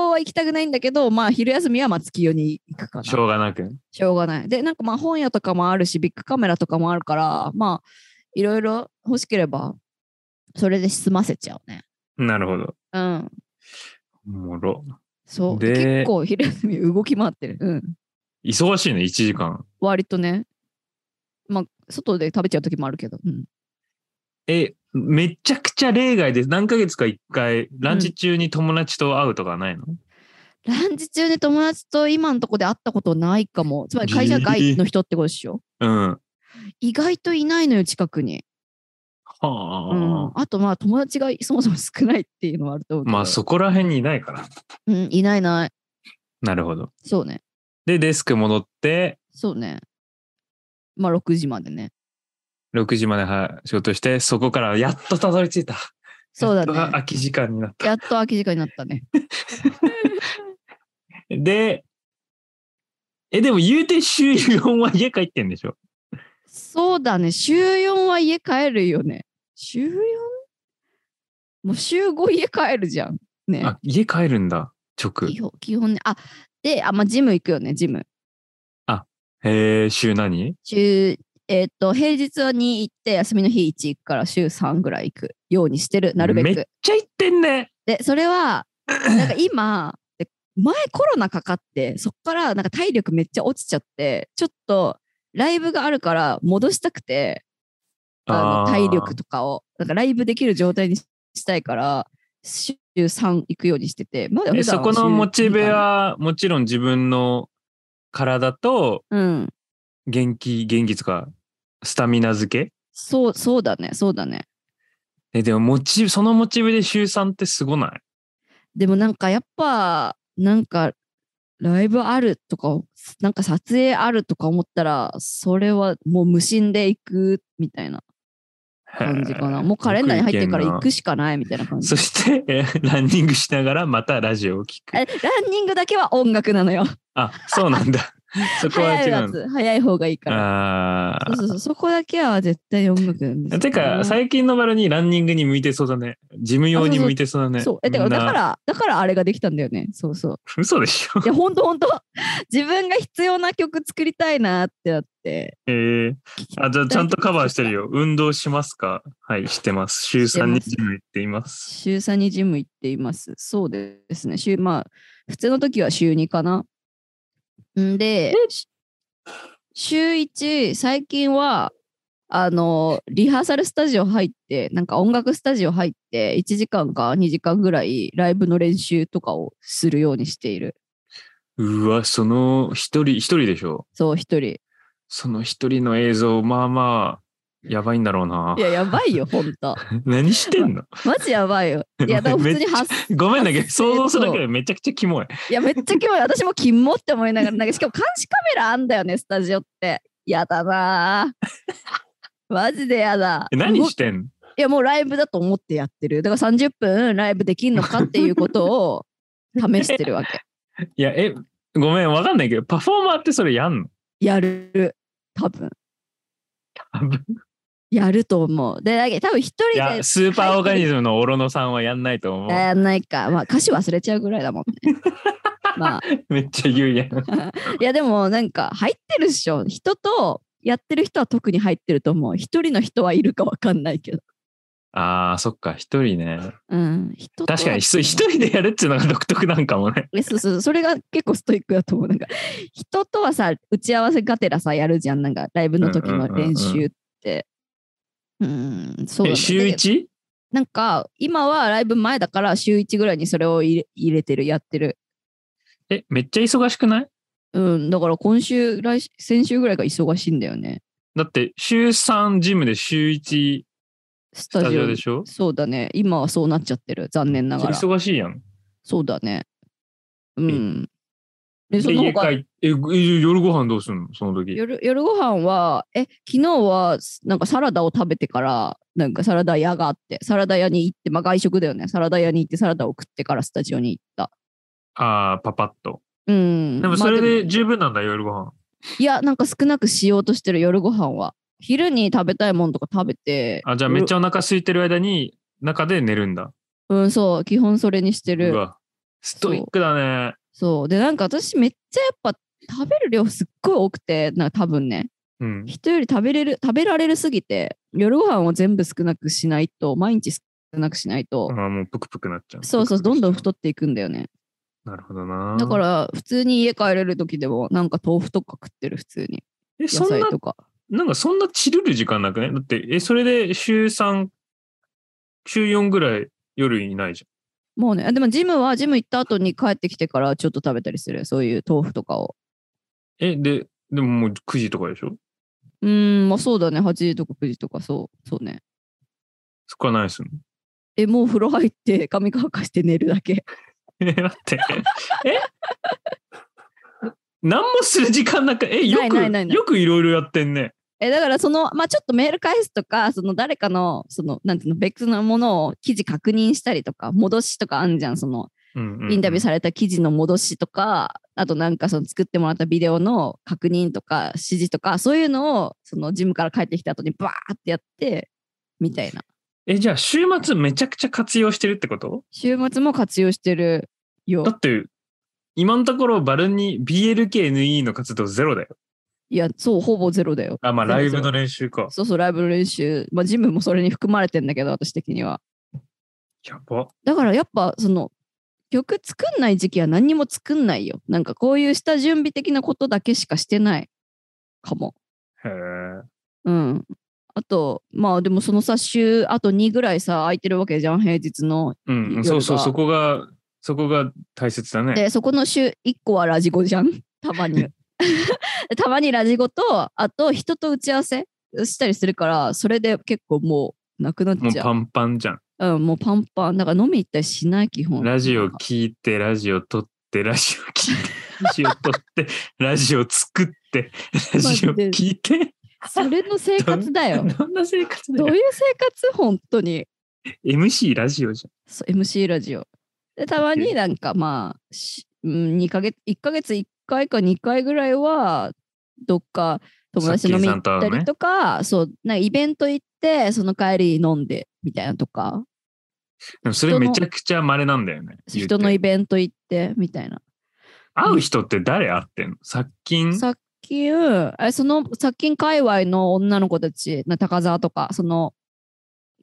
は行きたくないんだけど、まあ昼休みは松清に行くかな。しょうがなく。しょうがない。で、なんかまあ本屋とかもあるし、ビッグカメラとかもあるから、まあいろいろ欲しければ、それで済ませちゃうね。なるほど。うん。おもろ。そう。結で構昼休み動き回ってる。うん。忙しいね、1時間。割とね。まあ外で食べちゃう時もあるけど。うん。え、めちゃくちゃ例外です。何ヶ月か一回、ランチ中に友達と会うとかないの、ランチ中に友達と今のとこで会ったことないかも。つまり会社外の人ってことでしょ。うん、は意外といないのよ近くに、あ、うん、あとまあ友達がそもそも少ない っていうのはあると思うけどまあそこら辺にいないから。うん、いないいないなるほど。そうねで、デスク戻って、そうねまあ6時までね6時までは仕事して、そこからやっとたどり着いた。そうだやっとね空き時間になっ た。やっと空き時間になったねで、え、でも言うて週4は家帰ってんでしょそうだね。週4は家帰るよね。週 4? もう週5家帰るじゃん。ね。あ、家帰るんだ。直。基本基本ね。あ、で、あ、まあ、ジム行くよね、ジム。へえ、週何週、えっ、と、平日は2行って、休みの日1行くから週3ぐらい行くようにしてる、なるべめくっ。ちゃ行ってんね。で、それ は、なんか今、で前コロナかかって、そっからなんか体力めっちゃ落ちちゃって、ちょっとライブがあるから戻したくて、あのー体力とかを、なんかライブできる状態にしたいから、週3行くようにしてて、まだ普え段そこ週の二モチベ、はもちろん自分の体とうん、元気元気とかスタミナ付けそう、そうだね、そうだね。えでもモチそのモチベで週3ってすごないでもなんかやっぱなんかライブあるとかなんか撮影あるとか思ったらそれはもう無心で行くみたいな感じかなへえもうカレンダーに入ってるからよ行けんくしかないみたいな感なじ そして えランニングしながらまたラジオを聞くえランニングだけは音楽なのよあそうな んだそこは早い違やうつ早い方がいいからあそうそうそうそこだけは絶対音楽なんですあてか最近のバルにランニングに向いてそうだねジム用に向いてそうだねそうえてかみんだなからだからあれができたんだよねそうそう 嘘でしょ いやほんとほんと自分が必要な曲作りたいなってなってえーあ、じゃあちゃんとカバーしてるよ。運動しますかはい、してます。週して3まにすジム行っています。週3にジム行っています。そうですね。週まあ、普通の時は週2かな。んで、し週1、最近は、あの、リハーサルスタジオ入って、なんか音楽スタジオ入って、1時間か2時間ぐらいライブの練習とかをするようにしている。うわ、その一人、一人でしょそう、一人。。その一人の映像、まあまあ、やばいんだろうないや、やばいよ、ほんと。何してんのマジやばいよ。いや、でも普通に発ごめんだけど、発生想像するだ けそでめちゃくちゃキモい。いや、めっちゃキモい。私もキモって思いながら、なんかしかも監視カメラあんだよね、スタジオって。やだなぁ。 マジでやだ。え何してんのもういや、もうライブだと思ってやってる。だから30分ライブできんのかっていうことを試してるわ け。いや、え、ごめん、わかんないけど、パフォーマーってそれやんのやる。多分。多分やると思う。で、だけど多分一い人でや、スーパーオーガニズムのオロノさんはやんないと思う。やんないか。まあ、歌詞忘れちゃうぐらいだもんね。 まあ、めっちゃ言うやん。 いやでもなんか入ってるっしょ人とやってる人は特に入ってると思う一人の人はいるかわかんないけどああ、そっか、一人ね。うん人と確かに、やひってる一人でやるっていうのが独特なんかもね。えそうそうそうそれが結構ストイックだと思うなんか人とはさ打ち合わせがてらさやるじゃんなんかライブの時の練習ってうんそうだえね週で 1? なんか今はライブ前だから週1ぐらいにそれを入れ入れてるやってるえ、めっちゃ忙しくないうんだから今週来週先週ぐらいが忙しいんだよねだって、週3ジムで週1ススタタジジオオでしょそうだね今はそうなっちゃってる残念ながら忙しいやん。そうだね。うん。で、そで、の家帰他って、え、ごえ夜ご飯どうすんのその時。夜夜ご飯は、え、昨日はすなんかサラダを食べてから、なんかサラダ屋があって、サラダ屋に行って、まあ外食だよね。サラダ屋に行ってサラダを食ってからスタジオに行った。ああ、パパッと。うん。でもそれまあでも十分なんだ、夜ご飯。いや、なんか少なくしようとしてる夜ご飯は。昼に食べたいもんとか食べて。あ、じゃあめっちゃ。ゃお腹空いてる間に、中で寝るんだ。うん、そう。基本それにしてうる。わ。ストイックだね。そう。で、なんか私めっちゃやっぱ食べる量すっごい多くて、なんか多分ね。うん。人より食べれる食べられるすぎて夜ご飯を全部少なくしないと毎日少なくしないと、あーもうプクプクなっちゃう。そうそうプクどプクしちゃんどん太っていくんだよねなるほどな。だか。ら普通に家帰れる時でもなんか豆腐とか食ってる普通にえ、野そん菜な、とかなんかそんなチルる時間なくねだって、え、それで週3、週4ぐらい夜いないじゃん。もうねあでもジムはジム行った後に帰ってきてからちょっと食べたりするそういう豆腐とかをえ、で、でももう9時とかでしょうーんまあそうだね8時とか9時とかそうそうねそこは何すんの えもう風呂入って髪乾かして寝るだけえ、待って。え何もする時間なんか、え、よないく、ないないないよくいろいろやってんね。えだからそのまあちょっとメール返すとかその誰かのそのなんていうの別のものを記事確認したりとか戻しとかあんじゃんそのインタビューさされた記事の戻しとか、あとなんかその作ってもらったビデオの確認とか指示とか、そういうのをそのジムから帰ってきた後にバーってやって、みたいな。え、じゃあ週末めちゃくちゃ活用してるってこと週末も活用してるよだ。って、今のところバルニー、BLKNE の活動ゼロだよ。いや、そう、ほぼゼロだよ。あ、まあゼロライブの練習か。そうそう、ライブの練習。まあ、ジムもそれに含まれてんだけど、私的には。やば。だからやっぱ、その、曲作んない時期は何にも作んないよ。なんかこういう下準備的なことだけしかしてないかも。へえ。うん。あと、まあでもそのさ、週あと2ぐらいさ、空いてるわけじゃん、平日の。うんう夜ん、がそうそう、そこが、そこが大切だね。で、そこの週1個はラジゴじゃん、 たまに。たまにラジゴと、あと人と打ち合わせしたりするから、それで結構もうなくなっもうちゃパンパンじゃん。う。うん、もうパンパン。だから飲み行ったりしない、基本。ラジオ聞いて、ラジオ撮って、ラジオ 聞いて、ラジオ撮って、ラジオ作って、ラジオ聞いて。それの生活だ よ。どんな生活だどうよい。う生活本当に。 MC ラジオじそう MC ラジオ。で、たまになんかまあ、しうん、2ヶ月、1ヶ月1回か2回ぐらいは、どっか友達と飲み行ったりとか、そう、なんかイベント行って、その帰り飲んでみたいなとか、ゃん。それめちゃくちゃ稀なんだよね。言うて人のイベント行ってみたいな。会う人って誰会ってんの殺菌さっき、えその殺菌界隈の女の子たち、な高沢とか、その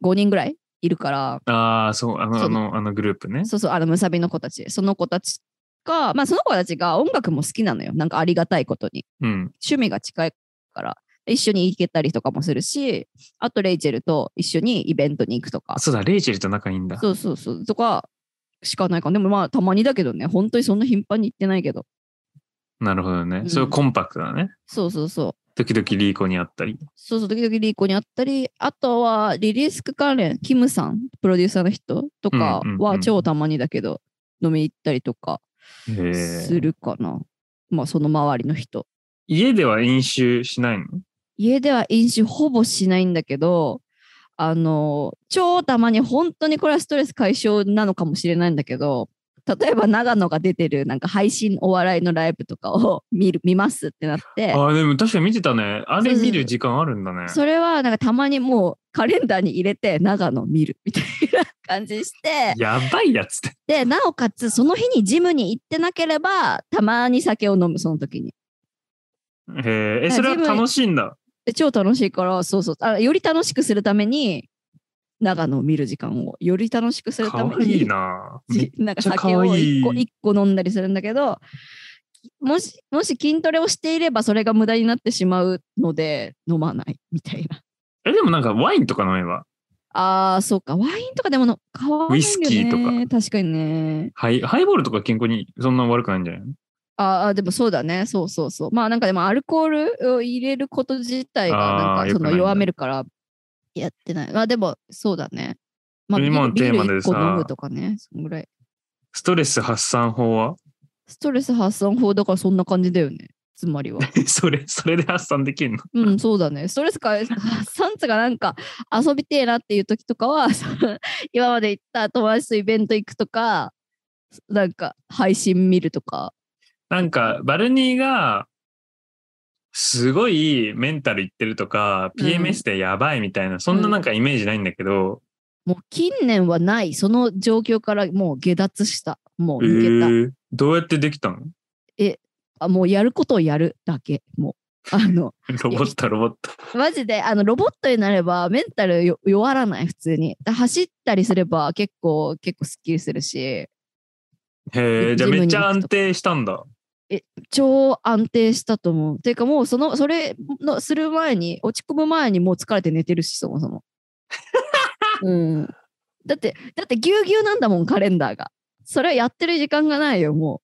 5人ぐらいいるから、ああ、そう、あの、そあうねの、あのグループね。そうそう、あの、むさびの子たち。その子たちが、まあ、その子たちが音楽も好きなのよ。なんかありがたいことに。うん。趣味が近いから。一緒に行けたりとかもするし、あとレイチェルと一緒にイベントに行くとかあ。そうだ、レイチェルと仲いいんだ。そうそうそう。とかしかないかな。でもまあ、たまにだけどね。本当にそんな頻繁に行ってないけど。なるほどね。うんそれコンパクトだね。そうそうそう。時々リーコに会ったり。そうそう、時々リーコにあったり、あとはリリースク関連、キムさん、プロデューサーの人とかうんうんうんは超たまにだけど、飲み行ったりとかへすーるかな。まあ、その周りの人。家では飲酒しないの家では飲酒ほぼしないんだけどあの超たまに本当にこれはストレス解消なのかもしれないんだけど例えば長野が出てるなんか配信お笑いのライブとかを 見る見ますってなってああ、でも確かに見てたね。あれそうそう見る時間あるんだね。それはなんかたまにもうカレンダーに入れて長野見るみたいな感じにしてやばいやつって。でなおかつその日にジムに行ってなければたまに酒を飲むその時にへーえ、あそれはジム楽しいんだ。で超楽しいからそうそうあより楽しくするために長野を見る時間をより楽しくするかためわにいいな。めなんかちゃ酒を可愛い一個一個飲んだりするんだけどもしもし筋トレをしていればそれが無駄になってしまうので飲まないみたいな。え、でもなんかワインとか飲めば。ああそうかワインとかでもの買わないよねウイスキーとか確かにねハイハイボールとか健康にそんな悪くないんじゃないのあーあーでもそうだねそうそうそうまあなんかでもアルコールを入れること自体があなんかーそ良くなのいんだ弱めるからやってないまあでもそうだねまあビール今のテーマでさビール一個飲むとかねそんぐらいストレス発散法は ストレス発散法だからそんな感じだよねつまり はそれ、それで発散できるのうん、そうだね。ストレス解散つがなんか遊びてえなっていう時とかは、 その今まで行った友達とイベント行くとか、なんか配信見るとか。なんか、バルニーが、すごいメンタルいってるとか、うん PMS でやばいみたいな、そんななんかイメージないんだけど、もう近年はない、その状況からもう下脱した。もうえ抜けた。ーどうやってできたのあもうやることをやるだけ。もう。あの、ロボット、ロ ボット。マジで、あの、ロボットになればメンタルよ弱らない、普通に。だ走ったりすれば結構、結構スッキリするし、へえ、じゃジムあにめっちゃ安定したんだ。超安定したと思う。ていうかもうそのそれのする前に落ち込む前にもう疲れて寝てるしそもそも。うん、だってだってぎゅうぎゅうなんだもんカレンダーが。それはやってる時間がないよも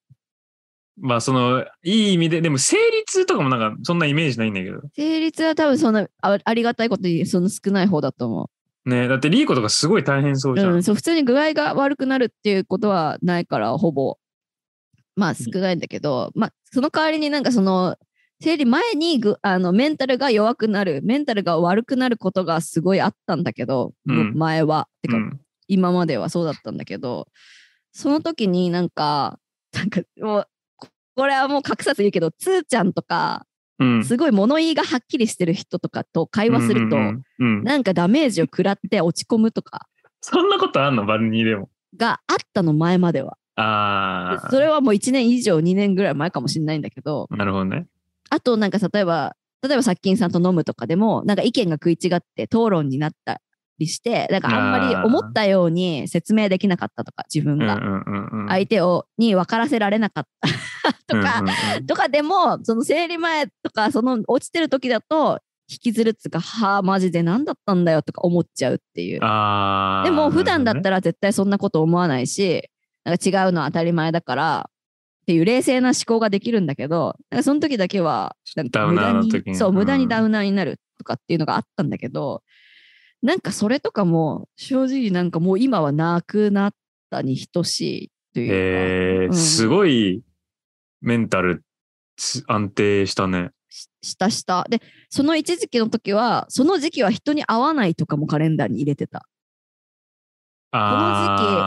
まあ、その、いい意味で、でも生理痛とかもなんか、そんなイメージないんだけど。う。成立は多分そんなあありがたいことにその少ない方だと思ねだってリーコとかすごい大変そうう。じゃん。うん、そう普通に具合が悪くなるっていうことはないからほぼまあ少ないんだけど、まあその代わりになんかその生理前にぐあのメンタルが弱くなるメンタルが悪くなることがすごいあったんだけど、うん前はてかうん今まではそうだったんだけど、その時になんか、なんかもう、ここれはもう隠さず言うけど、つーちゃんとか、うん。すごい物言いがはっきりしてる人とかと会話すると、うんうんうんうんなんかダメージを食らって落ち込むとかそんなことあんのバルニーでも。があったの前までは。ああ。それはもう1年以上2年ぐらい前かもしれないんだけど、なるほどね。あとなんか例えば、例えば殺菌さんと飲むとかでも、なんか意見が食い違って討論になったりして、なんかあんまり思ったように説明できなかったとか、自分うんうが。んうんうん。相手をに分からせられなかったとか、うんうんうんとかでもその生理前とかその落ちてる時だと引きずるっつうかはあマジで何だったんだよとか思っちゃうっていうああ。でも普段だっら。たら絶対そんなこと思わないしなんか違うのは当たり前だからっていう冷静な思考ができるんだけどなんかその時だけはなんか無ダ駄ウナーのに時にそううん無駄にダウナーになるとかっていうのがあったんだけど、なんかそれとかも正直なんかもう今はなくなったに等しいというか。へえうんすごいメンタルつ安定したね。ししたした。で、その一時期の時は、その時期は人に会わないとかもカレンダーに入れてた。この時期、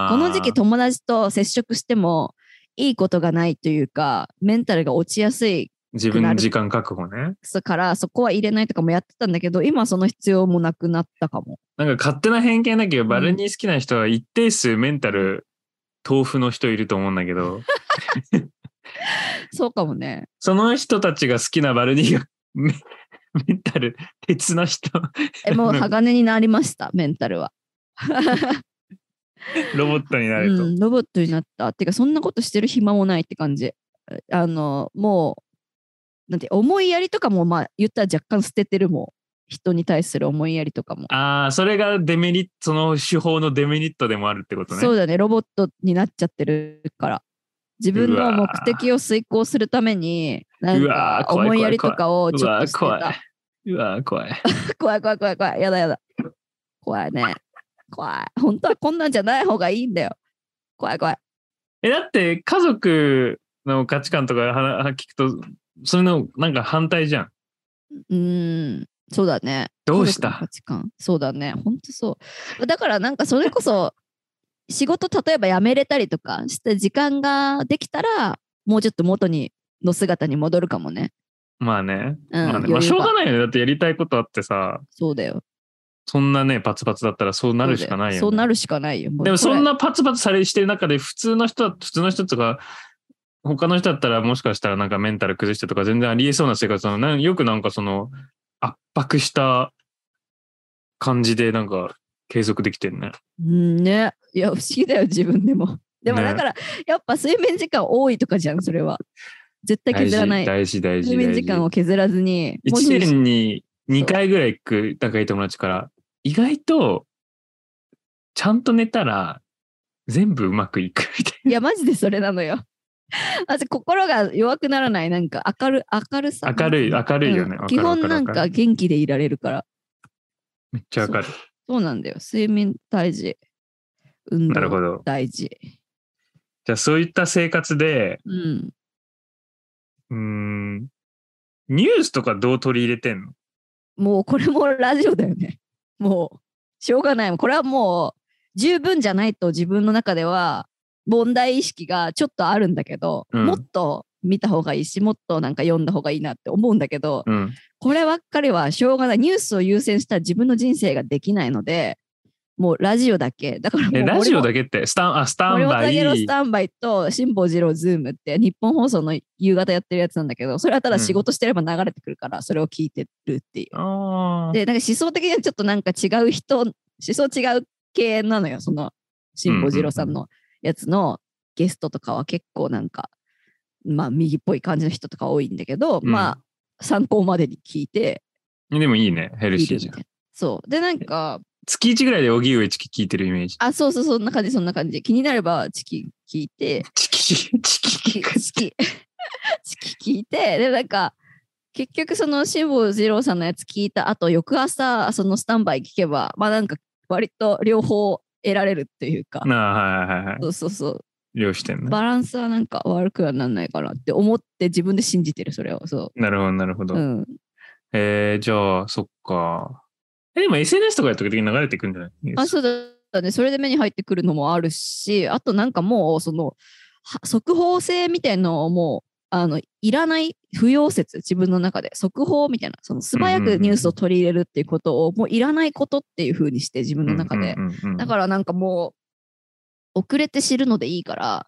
あこーの時期友達と接触してもいいことがないというか、メンタルが落ちやすい自分の時間確保ね。から、そこは入れないとかもやってたんだけど、今はその必要もなくなったかも。なんか勝手な偏見だけど、んバルニー好きな人は一定数メンタル豆腐の人いると思うんだ けど、そうかもね。その人たちが好きなバルニーがメメンタル鉄な人、え、 もう鋼になりました、メンタルは。ロボットになると。うん、ロボットになったっていうかそんなことしてる暇もないって感じあのもうなんて思いやりとかもまあ言ったら若干捨ててるもん人に対する思いやりとかも、ああ、それがデメリット、その手法のデメリットでもあるってことね。そうだねロボットになっちゃってるから自分うのわー目的を遂行するためになんうわかー怖い思いやりとかをちうょっわと捨ー、てた怖い。うわー、怖い。怖 い怖い怖い怖いやだやだ怖いね怖い本当はこんなんじゃない方がいいんだよ怖い怖いえ、だって家族の価値観とかはは聞くと、それのなんか反対じゃん。うーんそうだねどうし家族のた価値観そうだねほんとそうだからなんかそれこそ仕事例えば辞めれたりとかして時間ができたらもうちょっと元にの姿に戻るかもねまあね。うんまあね。余裕まあ、がしょうがないよね。だってやりたいことあってさ、そうだよそんなね、パツパツだったらそうなるしかないよ、ね。そうだよそうなるしかないようでもこれそんなパツパツされしてる中で、普通の人は、普通の人とか、他の人だったらもしかしたらなんかメンタル崩してとか全然ありえそうな生活なのなんよくなんかその圧迫した感じでなんか継続できてるね。うんねいや不思議だよ自分でもでもねだから、やっぱ睡眠時間多いとかじゃんそれは絶対大削事らない大事大事睡眠時間を削らずにもし1年に2回ぐらい行く仲いい友達から、意外とちゃんと寝たら全部うまくいくみたいいや、マジでそれなのよ。 私、心が弱くならない。なんか明る、明るさ。な。明るい、なん明てるういのよね。うわんか基るわ本かるなわんかかる。元気でいられるから。めっちゃわかる。そうなんだよ。睡眠大事。運なるほ動ど。大事。じゃあそういった生活で、うん。うーん、ニュースとかどう取り入れてんのもうこれもラジオだよね。もう、しょうがない。これはもう、十分じゃないと自分の中では、問題意識がちょっとあるんだけど、うんもっと見た方がいいし、もっとなんか読んだ方がいいなって思うんだけど、うん。こればっかりはしょうがない。ニュースを優先したら自分の人生ができないので、もうラジオだけ。だからもうえ、ラジオけだけって、スタン、あ、スタ森ン本バイ。武のスタンバイと辛坊治郎ズームって日本放送の夕方やってるやつなんだけど、それはただ仕事してれば流れてくるから、それを聞いてるっていう。あーで、なんか思想的にはちょっとなんか違う人、思想違う系なのよ、その辛坊治郎さんのやつのゲストとかは結構なんか、まあ右っぽい感じの人とか多いんだけど、うんまあ参考までに聞いて、でもいいね。ヘルいシるみーじゃたんい。な。そう。で、なんか、月1ぐらいで荻上チキ聞いてるイメージ。あ、そうそう、そんな感じ、そんな感じ。気になれば、チキ聞いて、チキ、チキチ聞くキ、チキチキ聞いて、で、なんか、結局、その、辛坊二郎さんのやつ聞いた後、翌朝、そのスタンバイ聞けば、まあなんか、割と両方得られるっていうか、なあ、はいはい はい。そうそうそう、両視点ね。バランスはなんか悪くはなんないかなって思って、自分で信じてる、それを。そなるほど、なるほど。う。うん。えー、じゃあ、そっか。え、でも SNS とかやった時に流れてくんじゃないあ、そうだ。だね、それで目に入ってくるのもあるし、あとなんかもう、その、は速報性みたいのをもう、あの、いらない不要説、自分の中で、速報みたいな、その素早くニュースを取り入れるっていうことを、もういらないことっていう風にして、自分の中で。だからなんかもう、遅れて知るのでいいから、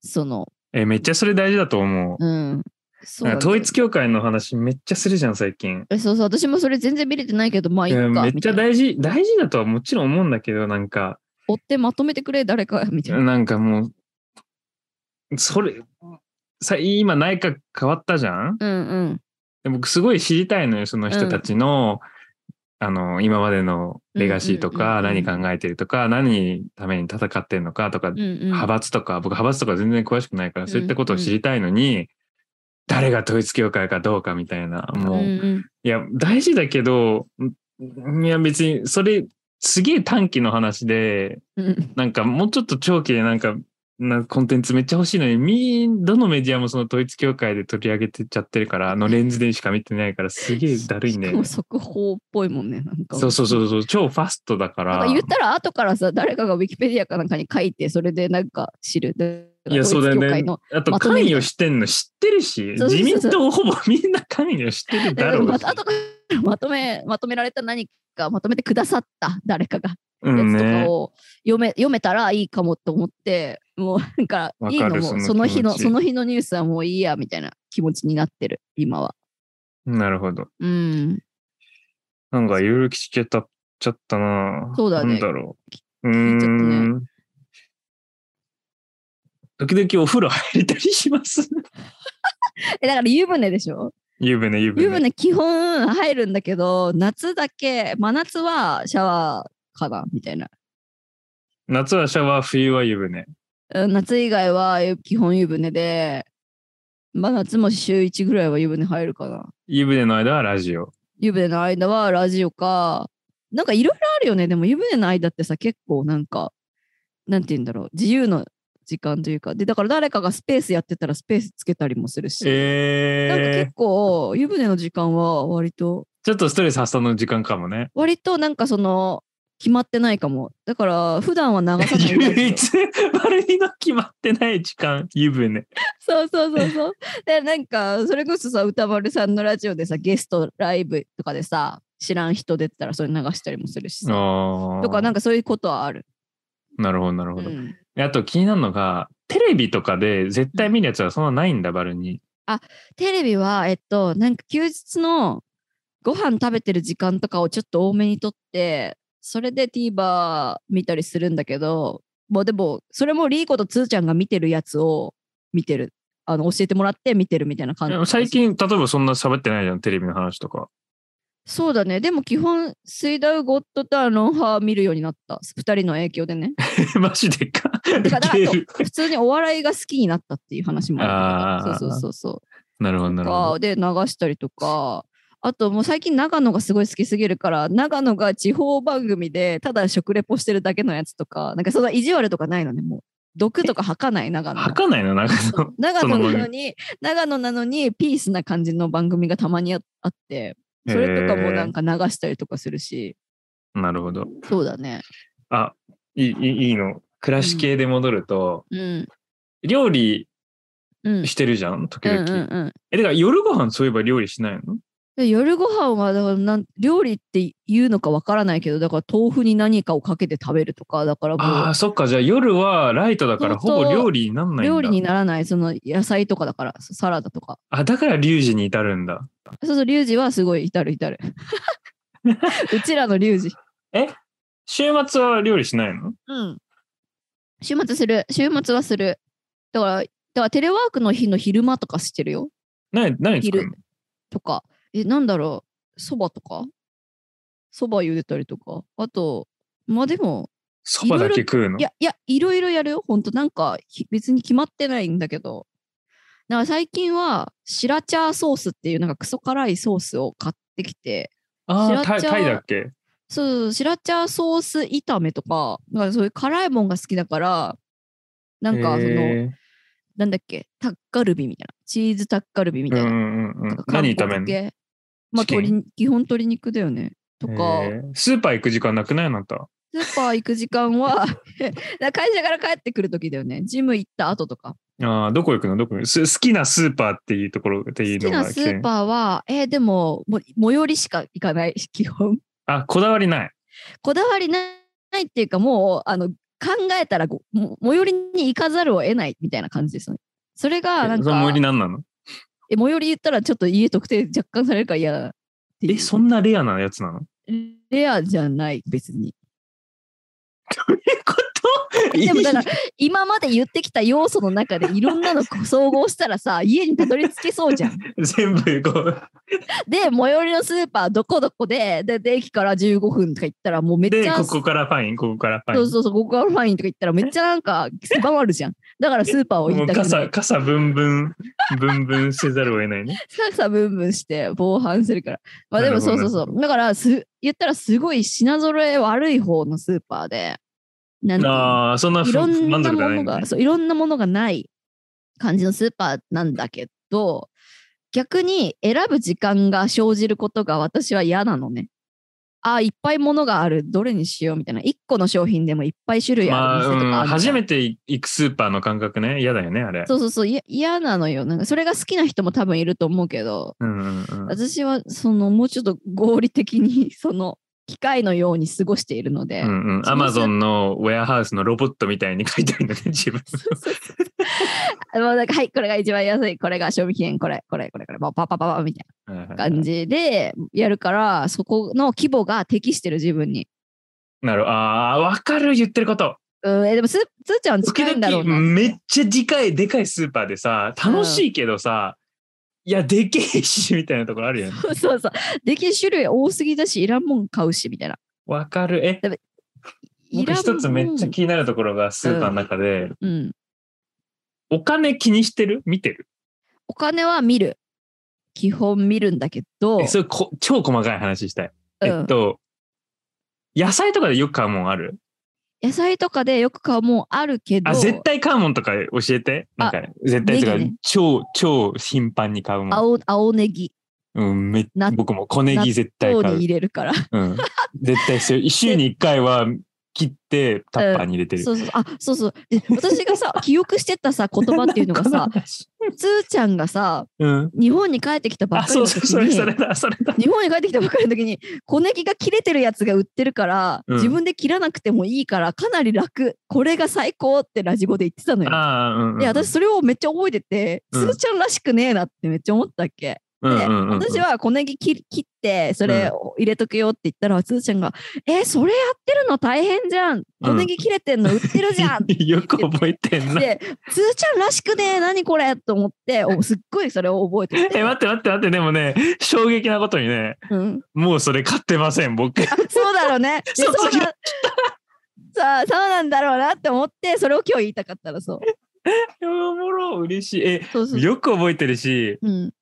その、ら。え、めっちゃそれ大事だと思う。うん。そうだなんねか統一教会の話めっちゃするじゃん、最近。えそうそう、私もそれ全然見れてないけど、まあいいいやか。めっちゃみたいな大事、大事だとはもちろん思うんだけど、なんか、追ってまとめてくれ、誰か、みたいな。なんかもう、それ、さ今内閣変わったじゃんうんうん。で僕すごい知りたいのよ、その人たちの、あの、今までのレガシーとか、うんうんうんう何ん考えてるとか、何のために戦ってるのかとか、うんうん。派閥とか、僕派閥とか全然詳しくないから、そういったことを知りたいのに、誰が統一教会かどうかみたいな、うんもう、うんいや、大事だけど、んいや、別に、それ、すげえ短期の話で、うんなんかもうちょっと長期でなんか、なコンテンツめっちゃ欲しいのに、みん、どのメディアもその統一協会で取り上げてっちゃってるから、あのレンズでしか見てないから、すげえだるいんだしよかもね。速報っぽいもんね、なんか。そうそうそうそう、超ファストだかなんら。か言ったら後からさ、誰かがウィキペディアかなんかに書いて、それでなんか知る。いや、そうだよ統一教会ねの。あと、まとめ関みたい与してんの知ってるし、そうそうそう自民党ほぼみんな関与してるだろうまし。た後からまとめ、まとめられた何か、まとめてくださった誰かが、うやんつとねか。を読め,、読めたらいいかもと思って、もうなんかわかるいいのもその気持その日の、ちその日のニュースはもういいやみたいな気持ちになってる、今は。なるほど。うん。なんかいろいろ聞けた、ちゃったなぁそうだねなんだろう。う聞いちゃったねーん。時々お風呂入れたりします。え、だから湯船でしょ湯船、湯船。 湯船基本入るんだけど、夏だけ、真夏はシャワーかなみたいな。夏はシャワー、冬は湯船。うん夏以外は基本湯船で、まあ夏も週1ぐらいは湯船入るかな。湯船の間はラジオ。湯船の間はラジオか、なんかいろいろあるよね。でも湯船の間ってさ、結構なんか、なんて言うんだろう、自由の時間というか、で、だから誰かがスペースやってたらスペースつけたりもするし、なんかえ結ー、構湯船の時間は割と、ちょっとストレス発散の時間かもね。割となんかその、決まってないかも。だから、普段は流さないラジ 唯オ一、悪いの決まってない時間、湯船。 そうそうそうそう。で、なんか、それこそさ、歌丸さんのラジオでさ、ゲストライブとかでさ、知らん人出てたらそれ流したりもするしさ、あとか、なんか。かそういうことはある。なるほど、なるほどう。んあと気になるのが、テレビとかで絶対見るやつはそんなないんだ、バルに。テレビは、えっと、なんか休日のご飯食べてる時間とかをちょっと多めにとって、それで TVer 見たりするんだけど、もうでも、それもリーコとつーちゃんが見てるやつを見てる。あの、教えてもらって見てるみたいな感じで。も最近、例えばそんな喋ってないじゃん、テレビの話 とか。そうだね。でも基本、水ダウゴッドターロンハー見るようになった。二人の影響で ね。マジでか。てかだからウ ケる普通にお笑いが好きになったっていう話もあるあーけど。そうそうそうそう。なるほど、なるほかで流したりとかあともう最近長野がすごい好きすぎるから長野が地方番組でただ食レポしてるだけのやつとかなんかそんな意地悪とかないのねもう毒とか吐かない長ど。野吐かないの、なんか その。長野そのなのに長野なのにピースな感じの番組がたまにああってそれとかもなんか流したりとかするし、なるほど。そうだねあ、いい、いいいいの。暮らし系で戻ると、うん料理うんしてるじゃん、時うん々。うんうんえ、だから夜ご飯そういえば料理しないので夜ご飯はだからなん料理って言うのかわからないけどだから豆腐に何かをかけて食べるとかだからもうああ、そっか。じゃあ夜はライトだからそうそうほぼ料理になんないんだ。料理にならないその野菜とかだからサラダとかあ、だからリュウジに至るんだ。そうそうリュウジはすごい至る 至るうちらのリュウジ週末は料理しないのうん週末する週末はするだからだからテレワークの日の昼間とかしてるよ何、何作るのとかえなんだろうそばとかそば茹でたりとかあとまあでもそばだけ食うのいやいやいろいろやるよほんとなんかひ別に決まってないんだけどだから最近はシラチャーソースっていうなんかクソ辛いソースを買ってきてああ、白タイ茶タイだっけそうそうそう、白茶ソース炒めとか、なんかそういう辛いもんが好きだから、なんかその、へーなんだっけ、タッカルビみたいな、チーズタッカルビみたいうんな。うんうなんんか。何韓炒め国んの系まあチキン鶏、基本鶏肉だよね。とか、へースーパー行く時間なくないあなた。スーパー行く時間は だから会社から帰ってくる時だよねジム行った後とかああ、どこ行くのどこ行くのす好きなスーパーっていうところってい好きうのがなスーパーはえーでもも最寄りしか行かない基本 あ、こだわりない。こだわりないっていうかもうあの考えたらこうもう最寄りに行かざるを得ないみたいな感じですよねそれがなんその最寄かり何なのえ最寄り言ったらちょっと家特定若干されるから嫌だっていうえ、そんなレアなやつなのどレアじゃない別 にういう ことでもだから今まで言ってきた要素の中でいろんなのこう総合したら さ家にたどり着けそうじゃん。全部こう。で最寄りのスーパーどこどこででで駅から15分とか行ったらもうめっちで、ゃここからファイン、ここからファイン。そうそうそうここがファインとか行ったらめっちゃなんか狭まるじゃん。だからスーパーを行もっうたくな傘、い傘ブンブン、ブンブンせざるを得ないね。さブンブンして防犯するから。まあでもなるそほうどそうそう。だからす言ったらすごい品揃え悪い方のスーパーで。なんていうのああ、そんない不ろんなも満足じゃないのんだねが、。そういろんなものがない感じのスーパーなんだけど、逆に選ぶ時間が生じることが私は嫌なのね。ああ、いっぱいものがある。どれにしようみたいな。1個の商品でもいっぱい種類まああ、る店とかあうん、るじ初ゃん、めて行くスーパーの感覚ね。嫌だよね、あれ。そうそうそう。いや嫌なのよ。なんかそれが好きな人も多分いると思うけど、うんうんうん。私はそのもうちょっと合理的にその機械のように過ごしているので、うんうん、そアのマスーゾンのウェアハウスのロボットみたいに書いてある のね、自分。あのなんかはい、これが一番安い、これが賞味期限、これ、これ、これ、これ、パパパパパみたいな。はいはいはい感じでやるから、そこの規模が適してる自分に。なるほどああ、わかる、言ってること。うん、えでもす、つーちゃん時近いんだろう々な。めっちゃでかい、でかいスーパーでさ、楽しいけどさ、いや、でけえし、みたいなところあるよね。そうそうそう。できる種類多すぎだし、いらんもん買うし、みたいな。わかる。え、い僕らんも一んつめっちゃ気になるところが、スーパーの中で、うん。お金気にしてる見てるお金は見る。基本見るんだけど、え、それこ、超細かい話したい。うんえっと、野菜とかでよく買うもんある野菜とかでよく買うもんあるけど、あ、絶対買うもんとか教えて。なんか、絶対とかネギね、超、超頻繁に買うもん。青青ネギ、うん、め納僕も小ネギ絶対豆買にう入。れるから。 うん、絶対してる。週に1回は切ってタッパーに入れてる。そうそう、あ、そうそう。で私が さ、記憶してたさ、言葉っていうのがさ、つーちゃんがさ、うん。日本に帰ってきたばっあ、かりそのう時そう、に、それ、それだ、それだ。日本に帰ってきたばっかりの時に小ネギが切れてるやつが売ってるから、うん自分で切らなくてもいいからかなり楽これが最高ってラジオで言ってたのよ。ああ、うん、うん。で私、それをめっちゃ覚えてて、うんすずちゃんらしくねえなってめっちゃ思ったっけ、うんうんうんうん、私は小ネギ切切ってそれを入れとくよって言ったら、すずちゃんが「えそれやってるの大変じゃん小ネギ切れてんの売ってるじゃん」 よく覚えてんな。で、すずちゃんらしくねえ、何これと思って、おすっごいそれを覚えてて。え、待って待って待って、でもね、衝撃なことにね、うん、もうそれ買ってません、僕。そうだろう ね。で卒業そうださあ、そうなんだろうなって思って、それを今日言いたかったらそう。おもろ、嬉しい。え、そうそう。よく覚えてるし、うん、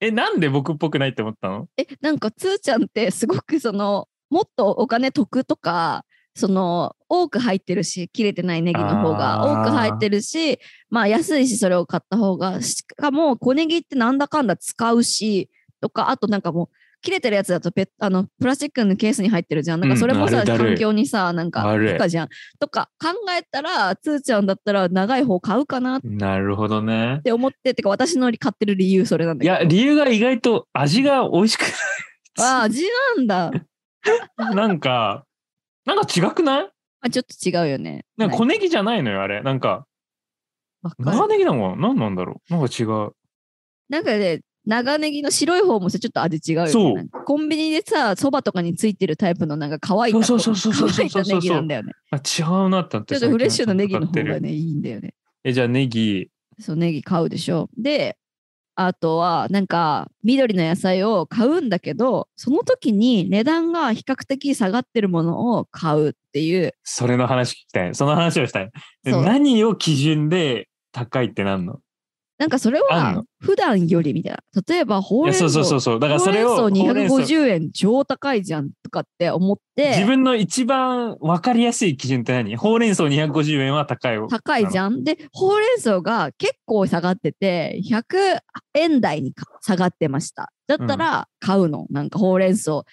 え、なんで僕っぽくないって思ったのえ、なんか、つーちゃんってすごくその、もっとお金得とか、その、多く入ってるし、切れてないネギの方があー多く入ってるし、まあ安いし、それを買った方が、しかも小ネギってなんだかんだ使うし、とか、あとなんかもう、切れてるやつだとペッあのプラスチックのケースに入ってるじゃん。なんかそれもうんさ、あれだるい環境にさ、なんか、悪いとかじゃん。とか考えたら、つーちゃんだったら長い方買うかなっなるほどね。て思って、てか私の買ってる理由それなんだいけど。や、理由が意外と味が美味しく ああ、味なんだ。なんか、なんか違くないあ、ちょっと違うよね。なんかはい小ネギじゃないのよ、あれ。なんか、わかる長ネギなのかな何なんだろうなんか違う。なんかね、長ネギの白い方もさ、ちょっと味違うよね。そうなんかコンビニでさ、そばとかについてるタイプのなんか乾いたそうそうそうそうそう乾いたネギなんだよね。あ、違うなってなってちょっとフレッシュなネギの方買がってるね、いいんだよね。え、じゃあネギ。そう、ネギ買うでしょ。で、あとは、なんか、緑の野菜を買うんだけど、その時に値段が比較的下がってるものを買うっていう、それの話聞きたい。その話をしたい。でそう何を基準で高いってなんのなんかそれあんのは普段よりみたいな。例えば、ほいうや、れん草そうそうそうそう。だからそれを、ほうれんほうれん草草250円超高いじゃんとかって思って、自分の一番分かりやすい基準って何ほうれん草250円は高いよ。高いじゃん。で、ほうれん草が結構下がってて、100円台にか下がってました。だったら買うの。なんかほうれん草。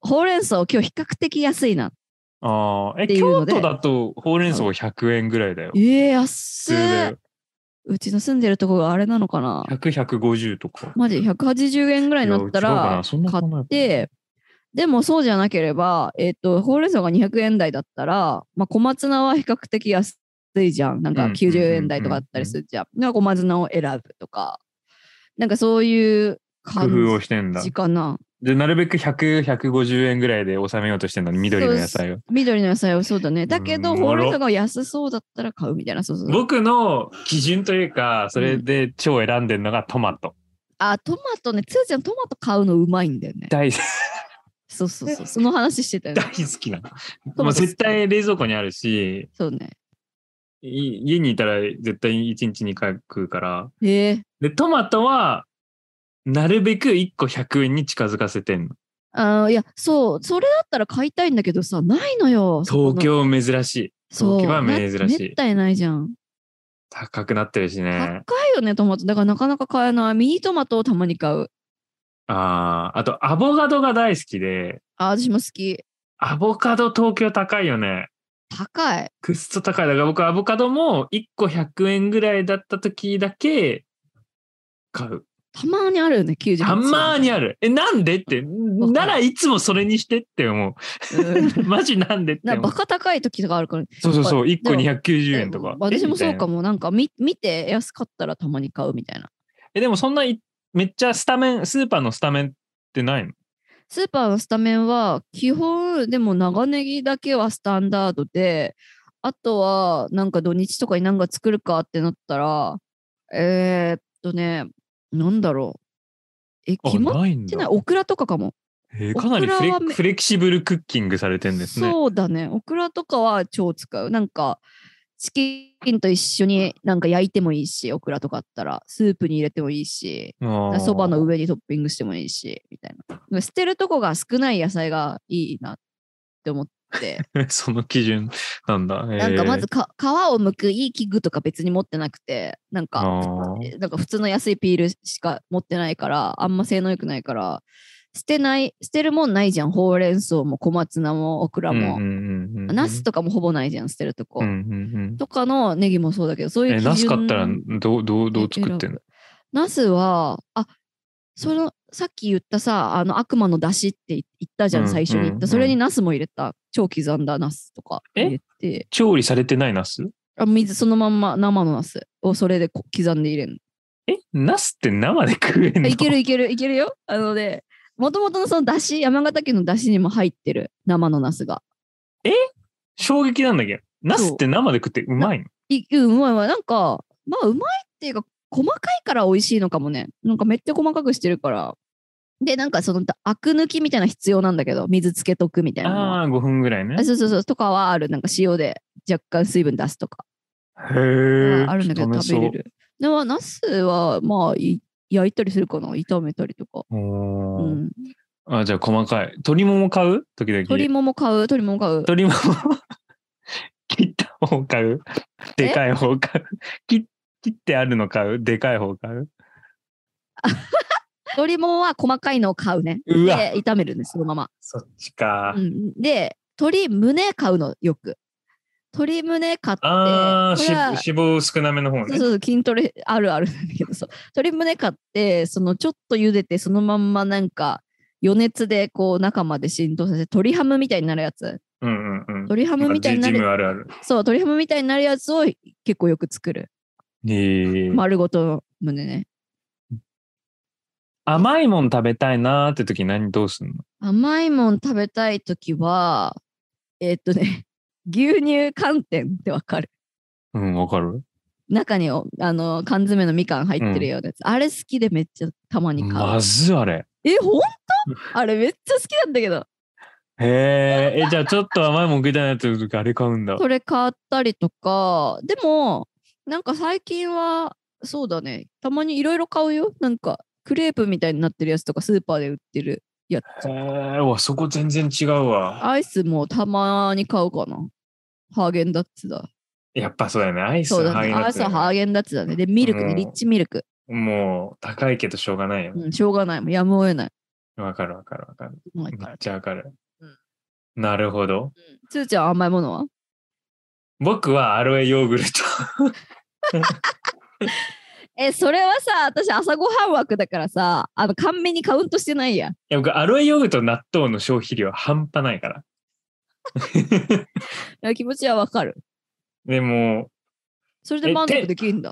ほうれん草今日比較的安いな。ああ、え、っていうの京で都だとほうれん草が100円ぐらいだよ。普ええ安通だっよ。うちの住んでるとこがあれなのかな100、150とか。マジ180円ぐらいになったいやうちのからなそんな買ことないってでもそうじゃなければ、えっとほうれん草が200円台だったら、まあ、小松菜は比較的安いじゃんなんかうん90円台とかあったりするじゃん,、なんか小松菜を選ぶとかなんかそういう工感夫をしてんだじ。かなで、なるべく100、150円ぐらいで収めようとしてんのに、緑の野菜を。緑の野菜はそうだねだけどうんほうれん草が安そうだったら買うみたいなそうそう僕の基準というか、それで超選んでるのがトマト。あトマトねつーちゃんトマト買うのうまいんだよね大、 そうそうそうその話してたよ大ね好きなの。トもうマト好き絶対冷蔵庫にあるし、そうねい家にいたら絶対1日2回食うから。へえで、トマトは、なるべく1個100円に近づかせてんの。あーいや、そう、それだったら買いたいんだけどさ、ないのよ。そこの東、京珍しい。そう東京はな珍しいめったにないじゃん。高くなってるしね。高いよね、トマト。だからなかなか買えない。ミニトマトをたまに買う。ああ、あとアボカドが大好きで、あー、私も好き。アボカド東京高いよね。高い。くっそ高い。だから僕アボカドも1個100円ぐらいだった時だけ買う。たまにあるよね、98たまーにある。る。え、なんでって。わなからいつもそれにしてって思うんう。 マジなんでってなんか思バう。カ高い時とかあるから。そうそうそう。1で個も290円とか。私もそうかも。も。なんか見見て安かったらたまに買うみたいな。え、でもそんない、めっちゃスタメン、スーパーのスタメンってないのスーパーのスタメンは基本でも長ネギだけはスタンダードであとはなんか土日とかに何か作るかってなったらえー、っとねなんだろうえ決まっないんてないオクラとかかもえーかなりフオクラはレめフレキシブルクッキングされてんですね。そうだねオクラとかは超使うなんかチキンと一緒になんか焼いてもいいしオクラとかあったらスープに入れてもいいしあーそばの上にトッピングしてもいいし、みたいな。捨てるとこが少ない野菜がいいなって思 って、 その基準なん だ。なんかまずえか皮を剥くいい器具とか別に持ってなくて、なんーか、あーなんか普通の安いピールしか持ってないから、あんま性能良くないから、捨てない、捨てるもんないじゃん。ほうれん草も小松菜もオクラもうん。うんうんうんナスとかもほぼないじゃん、捨てるとこ。うんうんとかのネギもそうだけど、そううんいうえ、基準ナス買ったらどう、どう、どうえ作ってんのナスは、あそのさっき言ったさ、あの悪魔の出汁って言ったじゃ、うんん最初に言うっんうた。んそれにナスも入れた。超刻んだナスとかえ入れて、調理されてないナスあ水そのまんま生のナスをそれでこ刻んで入れるえ、ナスって生で食えんの。のいけるいけるいけるよ。あのね、もともとのその出汁、山形県の出汁にも入ってる、生のナスが。衝撃なんだけど。ナスって生で食ってうまいのいうまいうまい。なんか、まあ、うまいっていうか、細かいから美味しいのかもね。なんかめっちゃ細かくしてるから。で、なんかその、アク抜きみたいな必要なんだけど、水つけとくみたいなのは。ああー、5分ぐらいね。あそうそうそうとかはあるなんか塩で若干水分出すとかへえ。はあるんだけど食べれる。るでもナスはまあい焼いたりするかな炒めたりとか、うおーん、あ、じゃあ細かい。鶏もも買う時々。鶏もも買う鶏もも買う鶏も切った方買うえでかい方買う切切ってあるの買うでかい方買う鶏ももは細かいのを買うねうわで炒めるんですそのまま、そっちか。うん、で鶏胸買うのよく鶏胸買ってあこあ、しれは脂肪少なめの方そうね。そう筋トレあるある なんだけどそう鶏胸買ってそのちょっと茹でてそのまんまなんか余熱でこう中まで浸透させて鶏ハムみたいになるやつうんうんうん。鶏ハムみたいになジジムるあるある。そう鶏ハムみたいになるやつを結構よく作るええ丸ごとの胸ね甘いもん食べたいなーって時何どうすんの甘いもん食べたい時はえーっとね牛乳寒天ってわかるうん、わかる。中におあの缶詰のみかん入ってるようなやつ、あれ好きでめっちゃたまに買う、まずあれ。えほんとあれめっちゃ好きなんだけどへえ。え、じゃあちょっと甘いもん食いたいなって時あれ買うんだ。それ買ったりとか、でも、なんか最近は、そうだね、たまにいろいろ買うよ。なんか、クレープみたいになってるやつとか、スーパーで売ってるやつ。へえ、うわ、そこ全然違うわ。アイスもたまに買うかな。ハーゲンダッツだ。やっぱそうだよね。アイスそうだハね。イアイスはハーゲンダッツだね。で、ミルクうね、んリッチミルク。もう高いけどしょうがないよね。うん、しょうがない。もうやむを得ない。わかるわかるわかる。うまいめからっちゃわかるうん。なるほど。つーちゃん甘いものは僕はアロエヨーグルト。 え、それはさ、私朝ごはん枠だからさ、あの、乾麺にカウントしてないやん。いや僕、アロエヨーグルト納豆の消費量半端ないから。いや気持ちはわかる。でも、それで満え足てできるんだ。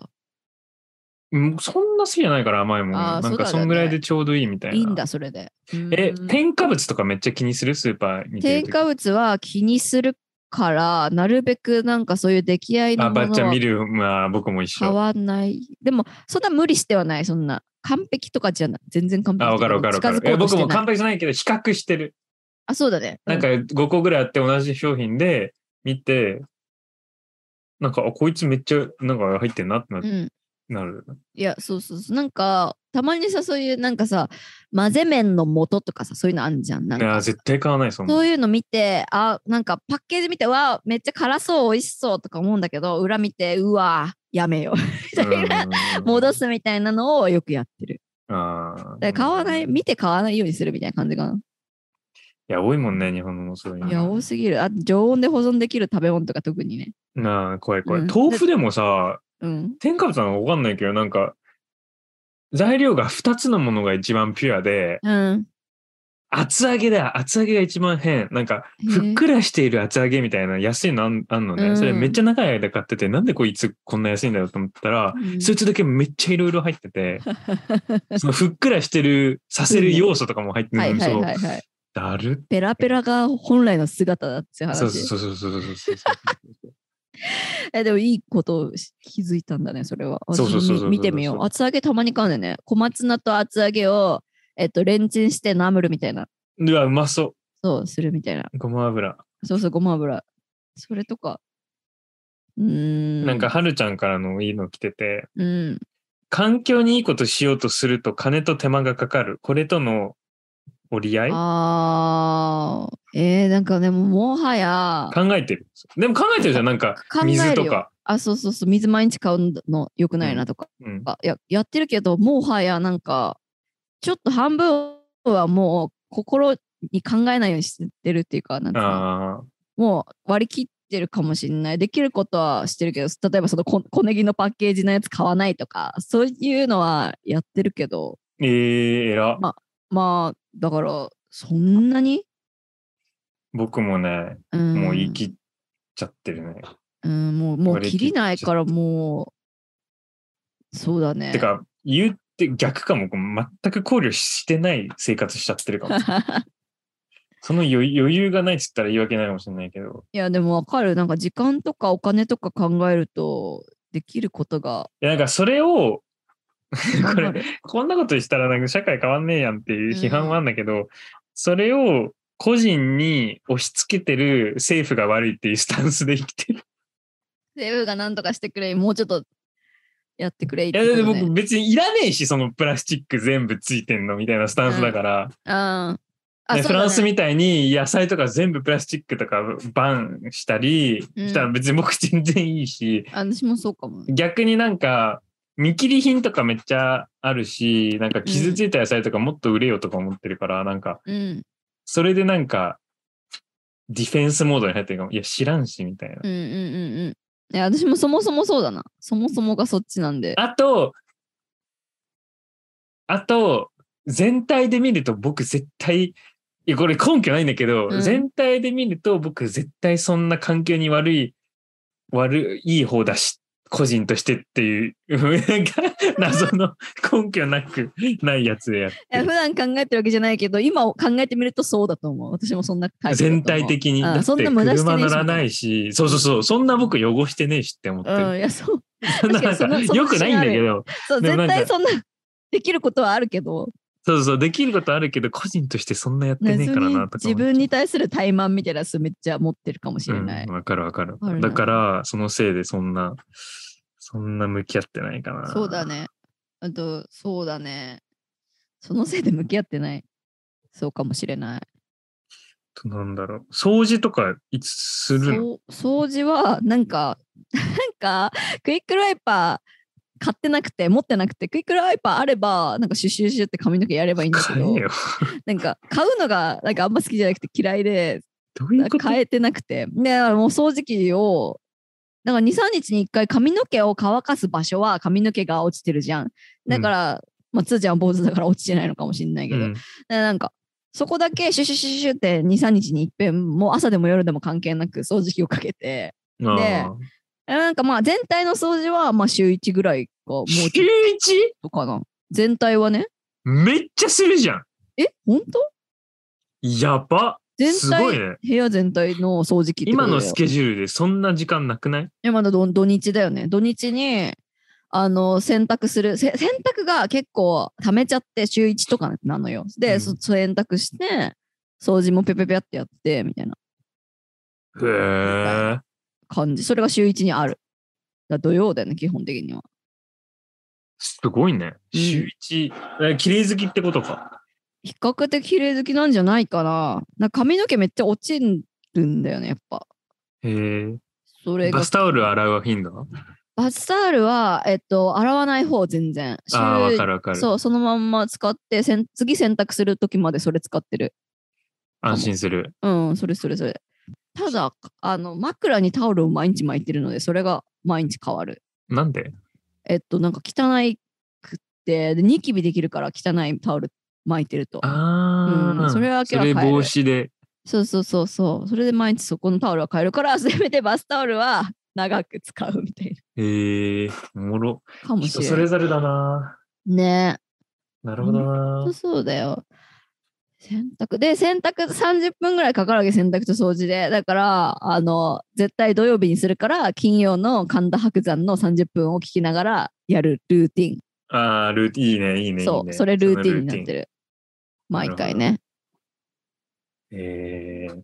うんそんな好きじゃないから甘いもん。あなーんかそうだよねそんぐらいでちょうどいいみたいな。いいんだ、それで。えう、ん添加物とかめっちゃ気にするスーパーに添加物は気にするから、なるべくなんかそういう出来合いあ、のもばっちゃんの見はる。まあ僕も一変緒。わんない。でも、そんな無理してはない、そんな。完璧とかじゃない。全然完璧あ、わかるわかるわかる。近づこえ、うとし僕てもない。完璧じゃないけど、比較してる。あ、そうだね。なんか5個ぐらいあって同じ商品で見て、なんか、あ、こいつめっちゃなんか入ってんなってなうん、うん。なる。いや、そうそうそう。なんか、たまにさ、そういうなんかさ、混ぜ麺の素とかさ、そういうのあんじゃん。なんいや、か絶対買わない、そんなそ。ういうの見て、あ、なんかパッケージ見て、わあ、めっちゃ辛そう、美味しそうとか思うんだけど、裏見て、うわあ、やめよう。みたいな、う ん戻。すみたいなのをよくやってる。ああ。だから買わない、い見て買わないようにするみたいな感じかな。や、多いもんね、日本のそういうの。いや、多すぎる。あ常温で保存できる食べ物とか特にね。なあ、怖い怖い。うん豆腐でもさ、うん。添加物なのかわかんないけど、なんか、材料が2つのものが一番ピュアで、うん。厚揚げだ厚揚げが一番変。なんか、へえふっくらしている厚揚げみたいな安いのあんあんのうね。んそれめっちゃ長い間買ってて、なんでこいつこんな安いんだろうと思ったら、うんそいつだけめっちゃいろいろ入って て、そのふっくらしてる、させる要素とかも入ってるはいのに、はいそうはいはい。だるペラペラが本来の姿だって話。そうそうそうそうそうそうそうそう。えでもいいことをし気づいたんだね、それは。そうそうそうそう私み見てみよそうう。そう厚揚げたまに買うんだよね。小松菜と厚揚げを、えっと、レンチンしてナムルみたいな。うわ、うまそそう、するみたいな。う。ごま油。そうそう、ごま油。それとか。うーん。なんか、、はるちゃんからのいいの来てて、うん。環境にいいことしようとすると金と手間がかかる。これとの折り合いあー。えー、なんかでも、もはや、考えてる。でも考えてるじゃん。なんか考、えるよ水とか。あ、そうそうそう、水毎日買うの良くないなとか。うん。あいや、やってるけど、もはや、なんか、ちょっと半分はもう、心に考えないようにしてるっていうか、なんか、ああ。もう割り切ってるかもしれない。できることはしてるけど、例えばそのこ小ネギのパッケージのやつ買わないとか、そういうのはやってるけど、えー、えら。ままあ、だから、そんなに、僕もね、うん、もう言い切っちゃってるね。うん、もう、もう割り切切っちりゃないから、もう、そうだね。て か、言って逆かも。全く考慮してない生活しちゃってるかも。 その余余裕がないっつったら言い訳ないかもしれないけど。いや、でもわかる。なんか時間とかお金とか考えると、できることがいや、なんかそ れを、わ こかれ、る。こんなことしたらなんか社会変わんねえやんっていう批判はあるんだけど、それを個人に押し付けてる政府が悪いっていうスタンスで生きてる。政府が何とかしてくれ、もうちょっとやってくれ。いいや、だって僕別にいらねえし、そのプラスチック全部ついてんのみたいなスタンスだから、あーあ、ねそうフだランねスみたいに野菜とか全部プラスチックとかバンしたりうんしたら別に僕全然いいし、あ私もそうかも。逆になんか、見切り品とかめっちゃあるし、なんか傷ついた野菜とかもっと売れよとか思ってるから、なんか、うん。それでなんか、ディフェンスモードに入ってるかも。いや、知らんし、みたいな。うんうんうんうん。いや、私もそもそもそうだな。そもそもがそっちなんで。あと、あと、全体で見ると僕絶対、いや、これ根拠ないんだけど、うん全体で見ると僕絶対そんな環境に悪い、悪い方だし、個人としてっていう、なん か謎の 根拠なく、ないやつでやっいや普てる。段考えてるわけじゃないけど、今を考えてみるとそうだと思う。私もそんなタイプだと思う全体的に。あだってそんな無駄して車ねえし乗らないし、そうそうそう、そんな僕汚してねえしって思ってる。うん、いや、そう。 確なかんにそのか、よくないんだけど、そう、でもな絶対んかそんな、 できることはあるけど、そうそう、できることあるけど、個人としてそんなやってねねえ別からにな、とか思っちゃう。自分に対する怠慢みたいなやつめっちゃ持ってるかもしれない。うんわかるわかるわか。るなだから、そのせいでそんな、そんな向き合ってないかな。そうだ。ね。あと、そうだね。そのせいで向き合ってない。そうかもしれない。なんだろう。掃除とか、いつするのそう掃除はなんかなんかクイックルワイパー買ってなくて持ってなくてクイックルワイパーあればなんかシュシュシュって髪の毛やればいいんだけ買どえよ。 なんか買うのがなんかあんま好きじゃなくて嫌いでどういうこと変えてなくて。ね、だからもう掃除機を、だから2、3日に1回髪の毛を乾かす場所は髪の毛が落ちてるじゃん。だから、まあ、つーちゃんは坊主だから落ちてないのかもしれないけうど、んでなんか、そこだけシュシュシュシュシュって2、3日に一遍、もう朝でも夜でも関係なく掃除機をかけて、あでーなんかまあ全体の掃除はまあ週1ぐらいか、もうちょっ週一とか な。全体はね。めっちゃするじゃん。え本当やば。全すごい体、ね。部屋全体の掃除機ってこ今とだよのスケジュールでそんな時間なくない今の土土日だよね。土日に、あの、洗濯する。せ洗濯が結構溜めちゃって、週1とかなのよ。で、うんそ洗濯して、掃除もペペペってやって、みたいなへえ。感じ。それが週1にある。だから土曜だよね、基本的には。すごいね。うん週一。え綺麗好きってことか。比較的綺麗好きなんじゃないかな。なんか髪の毛めっちゃ落ちるんだよね、やっぱ。へそえ。れがバスタオル洗うは頻度はバスタオルは、えっと、洗わない方、全然。ああー、わ週かるわかる。そう、そのまんま使って、せん次洗濯するときまでそれ使ってる。安心する。うん、それそれそれ。ただ、あの、枕にタオルを毎日巻いてるので、それが毎日変わる。なんでえっと、なんか汚いくって、でニキビできるから汚いタオル巻いてると。ああ、うんそれは明らかそにれ変える防止で。そうそうそうそう。それで毎日そこのタオルは変えるから、 せめてバスタオルは長く使うみたいへえ。おもろ。な。かもし人れそないれ。ぞれだな。ねなるほどえ。なそう。そうだよ。洗濯で洗濯30分ぐらいかかるわけ洗濯と掃除でだからあの絶対土曜日にするから金曜の神田伯山の30分を聞きながらやるルーティンああ、ルーティン、いいね、いいね。そいいうねそれルーティンになってる。るなる毎ほど回ねえー、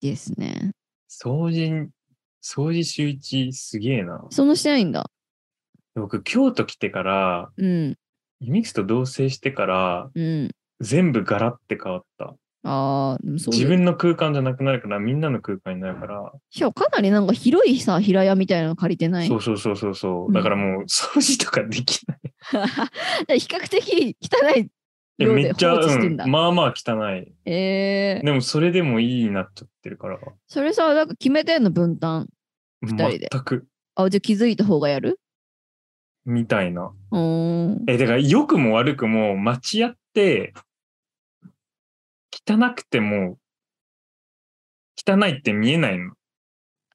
ですね掃除、掃除週一すげえな。そんなしてないんだ僕、京都来てから、うんユミクスと同棲してから、うん全部ガラって変わった。あーでもそうだ自よ分の空間じゃなくなるから、みんなの空間になるから、しかもかなりなんか広いさ平屋みたいなの借りてない そうそうそうそうそうう。んだからもう、掃除とかできない。比較的汚いえ量めでっちゃ、放置うしてんんだ、まあまあ汚い。 えー、でも、それでもいいになっちゃってるから、それさなんか決めてんの分担人で全く、あじゃあ気づいた方がやるみたいな。うーんえ、だから、良くも悪くも、町屋って、汚くても、汚いって見えないの。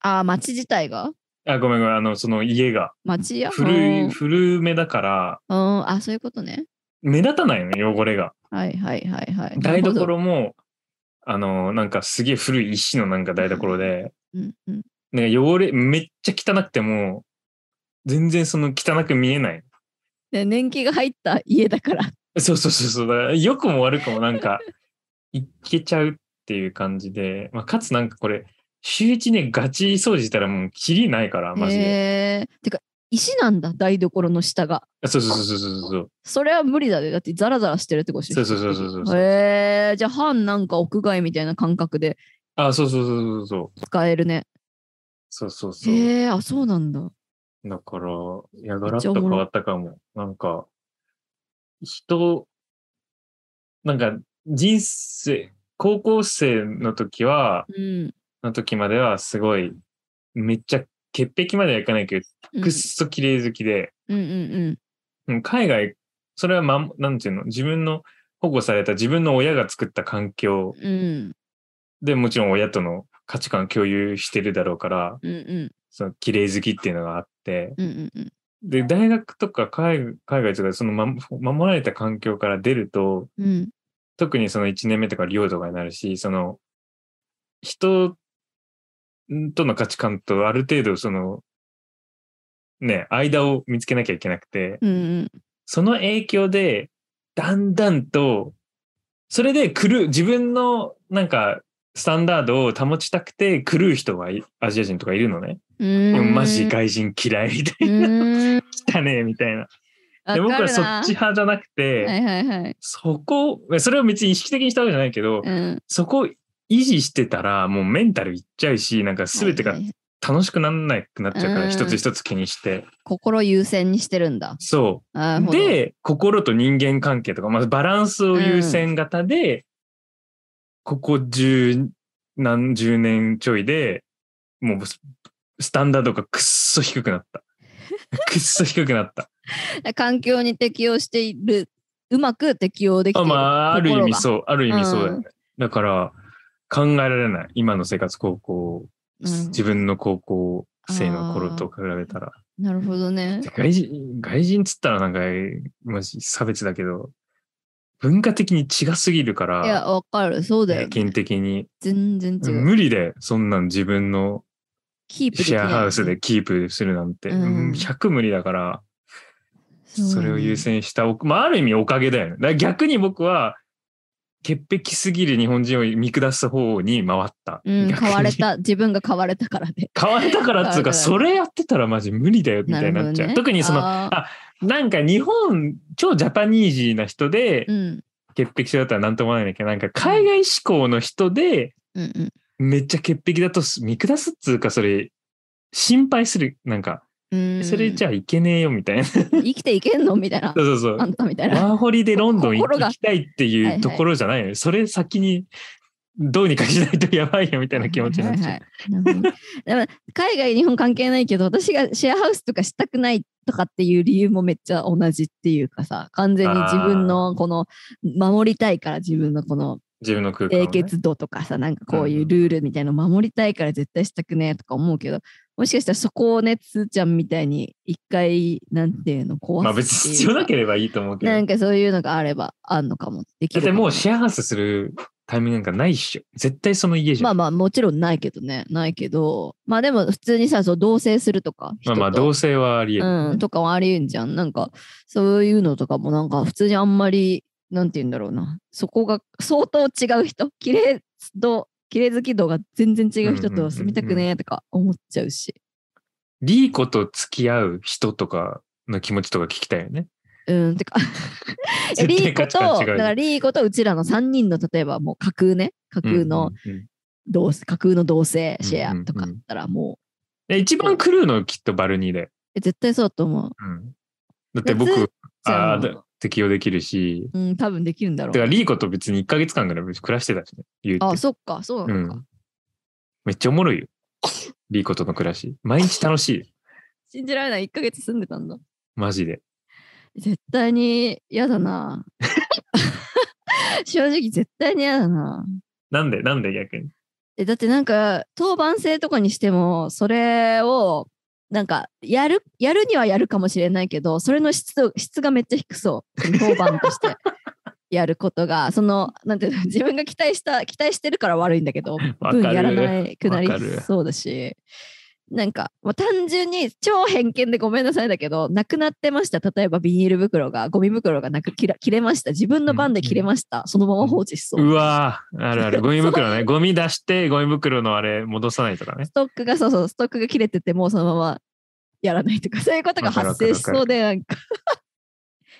あー町自体があ、ごめんごめん、あの、その家が。町や古うい、ん古めだから、うんあそういうことね目立たないの、汚れが。はいはいはいはい台なるほど所も、あの、なんかすげえ古い石のなんか台 所で、うんうんなんか汚れ、めっちゃ汚くても、全然その汚く見えない。で年季が入った家だ からそうそうそうそう。だから良くも悪くもなんか、いけちゃうっていう感じで、まあ、かつなんかこれ、週一ね、ガチ掃除したらもう、キリないから、マジで。へえてか石なんだ台所の下がそうそうそうそうそう。それは無理だねだってザラザラしてるってことでしょそうそうそうそう比較そう的へえじゃあ半なんか屋外みたいな感覚であ、そうそうそうそう使えるねそう。そうそうそう。へえあそうなんだだから、いや、ガめラっッちゃとおもろ変いわったかも。なんか、人、なんか、人生、高校生の時は、うんの時までは、すごい、めっちゃ、潔癖まではいかないけど、うんくっそ綺麗好きで、うんうんうんうん海外、それは、まん、なんていうの、自分の、保護された自分の親が作った環境うんでもちろん親との価値観を共有してるだろうから、うんうんその綺麗好きっていうのがあって、うんうんうんで、大学とか海海外とか、そのま守られた環境から出ると、うん特にその1年目とか寮とかになるし、その、人との価値観とある程度、その、ね、間を見つけなきゃいけなくて、うんうんその影響で、だんだんと、それで狂う、自分のなんか、スタンダードを保ちたくて狂う人がいアジア人とかいるのね。うーでもんマジ外人嫌いみたういな、ーん来たねみたいな。でわか僕はるそなっち派じゃなくて、はいはいはいそこをそれを別に意識的にしたわけじゃないけど、うんそこを維持してたらもうメンタルいっちゃうしなんか全てがはいはい楽しくなんなくなっちゃうから、うん一つ一つ気にして心優先にしてるんだそなるうほどで心と人間関係とか、まあ、バランスを優先型で、ここ10何十年ちょいで、もうス、スタンダードがくっそ低く なった。くっそ低くなった。環境に適応している、うまく適応できてあいる。まあ、ある意心味がそう、ある意味そうだよね。だから、考えられない。今の生活、高校、うん自分の高校生の頃と比べたら。なるほどね。外人、外人っつったらなんか、マジ差別だけど、文化的に違すぎるかいら、や、わかる。そうだ平よ。均的に。全然違う。無理で、そんなん自分のキープできシないェアハウスで。キープするなんて、うんうん100無理だから、うだねそれを優先したお、まあ、ある意味おかげだよね。だから逆に僕は、潔癖すぎる日本人を見下す方に回った。うん、逆に買われ。た。自分が買われたからで。買われたからっつ買われたうか、からそれやってたらマジ無理だ よみたいになっちゃう。特にその、あーなんか日本、超ジャパニージーな人で、うん。潔癖症だったらなんともないんだけど、なんか海外志向の人で、うんうん。めっちゃ潔癖だとす見下すっつうか、それ、心配する。なんか、うん それじゃあいけねえよみたいな。 そう生きていけんのみたいな。そうそう。あんたみたいな。ワーホリでロンドン行心が行きたいってはいいはういところじゃないよね。それ先にどうにかしないとやばいよみたいな気持ちになっちはゃいはいはいなるほどだから海外、日本関係ないけど、私がシェアハウスとかしたくないとかっていう理由もめっちゃ同じっていうかさ、完全に自分のこの守りたいから自分のこのう。自分の空間を清ね。潔度とかさ、なんかこういうルールみたいの守りたいから絶対したくねえとか思うけど、もしかしたらそこをね、つーちゃんみたいに一回、なんていうの、壊すっていうか。まあ別に必要なければいいと思うけどな。んかそういうのがあればあんのかも。できだっるてかもうシェアハウスするタイミングなんかないっしょ。絶対その家じまゃあん。まあもちろんないけどね。ないけど。まあでも普通にさ、そう同棲するとか。まあまあ人と同棲はあり得るよね。うん、とかはありえんじゃん。なんかそういうのとかもなんか普通にあんまり、なんて言うんだろうな。そこが相当違う人。綺麗度、綺麗好き度が全然違う人うんうんうんうとん住みたくねえとか思っちゃうし。リーコと付き合う人とかの気持ちとか聞きたいよね。うん、てか。 絶対リーコ価値観と、違うだよからリーコとうちらの3人の例えばもう架空ね。架空のうんうんうん同棲、架空の同棲シうんェうんうアんとかだったらもうで一番狂うのきっとバルニーだよ。え絶対そうだと思う。うんだってでつー僕、ちゃあんーもだ適用できるし、うん、多分できるんだろだうからね。リーコと別に1ヶ月間ぐらい暮らしてたしね。言うてあ、そっか、そうなのか。うんめっちゃおもろいよ。リーコとの暮らし。毎日楽しいよ。信じられない、1ヶ月住んでたんだ。マジで。絶対に嫌だ な。正直、絶対に嫌だな。なんでなんで逆に。えだってなんか、当番制とかにしても、それを、なんか、やる、やるにはやるかもしれないけど、それの質度、質がめっちゃ低そう。その当番と して。やることが、その、なんていうの、自分が期待した、期待してるから悪いんだけど、わか分るやらないくなりわかるそうだし、なんか、まあ、単純に超偏見でごめんなさいだけど、なくなってました。例えばビニール袋が、ゴミ袋がなく切ら切れました。自分の番で切れました。そのまま放置しそう。うわーあるあ る。ゴミ袋ね。ゴミ出して、ゴミ袋のあれ戻さないと かねス。トックが、そうそう、ストックが切れてて、もうそのままやらないと か、そういうことが発生しそうで、なんか、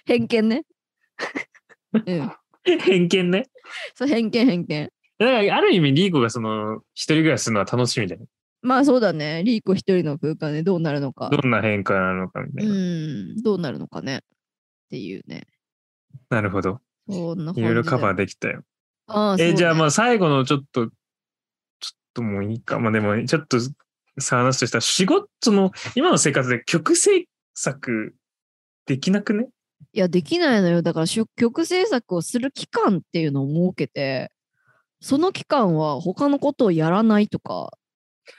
偏見ね。うん。偏見ね。そう、偏見、偏見。だから、ある意味リーコがその、一人暮らしするのは楽しみじゃない。まあそうだね。リーコ一人の空間でどうなるのか。どんな変化なのかみたういな。ん、どうなるのかね。っていうね。なるほど。そんな感いじろいろカバーで。できたよ。ああえ、じゃあまあ。あ最後のちょっと、ちょっともういいか。まあでも、ちょっとさ、話すとしたら、仕事の、今の生活で曲制作できなくねいや、できないのよ。だからしゅ、曲制作をする期間っていうのを設けて、その期間は他のことをやらないとか。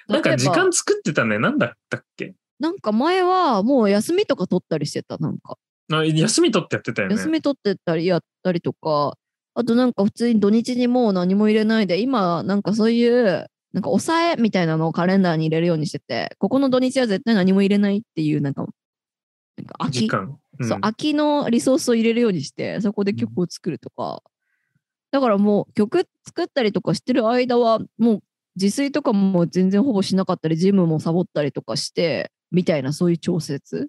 な例んかえば時間作ってたね。なんだったっけなんか前はもう休みとか取ったりしてた、なんか。あ休み取ってやってたよね。休み取ってたりやったりとか、あとなんか普通に土日にもう何も入れないで、今なんかそういう、なんか抑えみたいなのをカレンダーに入れるようにしてて、ここの土日は絶対何も入れないっていう、なんか、なんか秋、時間。うんそう、空きのリソースを入れるようにして、そこで曲を作るとか。だからもう曲作ったりとかしてる間は、もう自炊とかも全然ほぼしなかったり、ジムもサボったりとかして、みたいなそういう調節。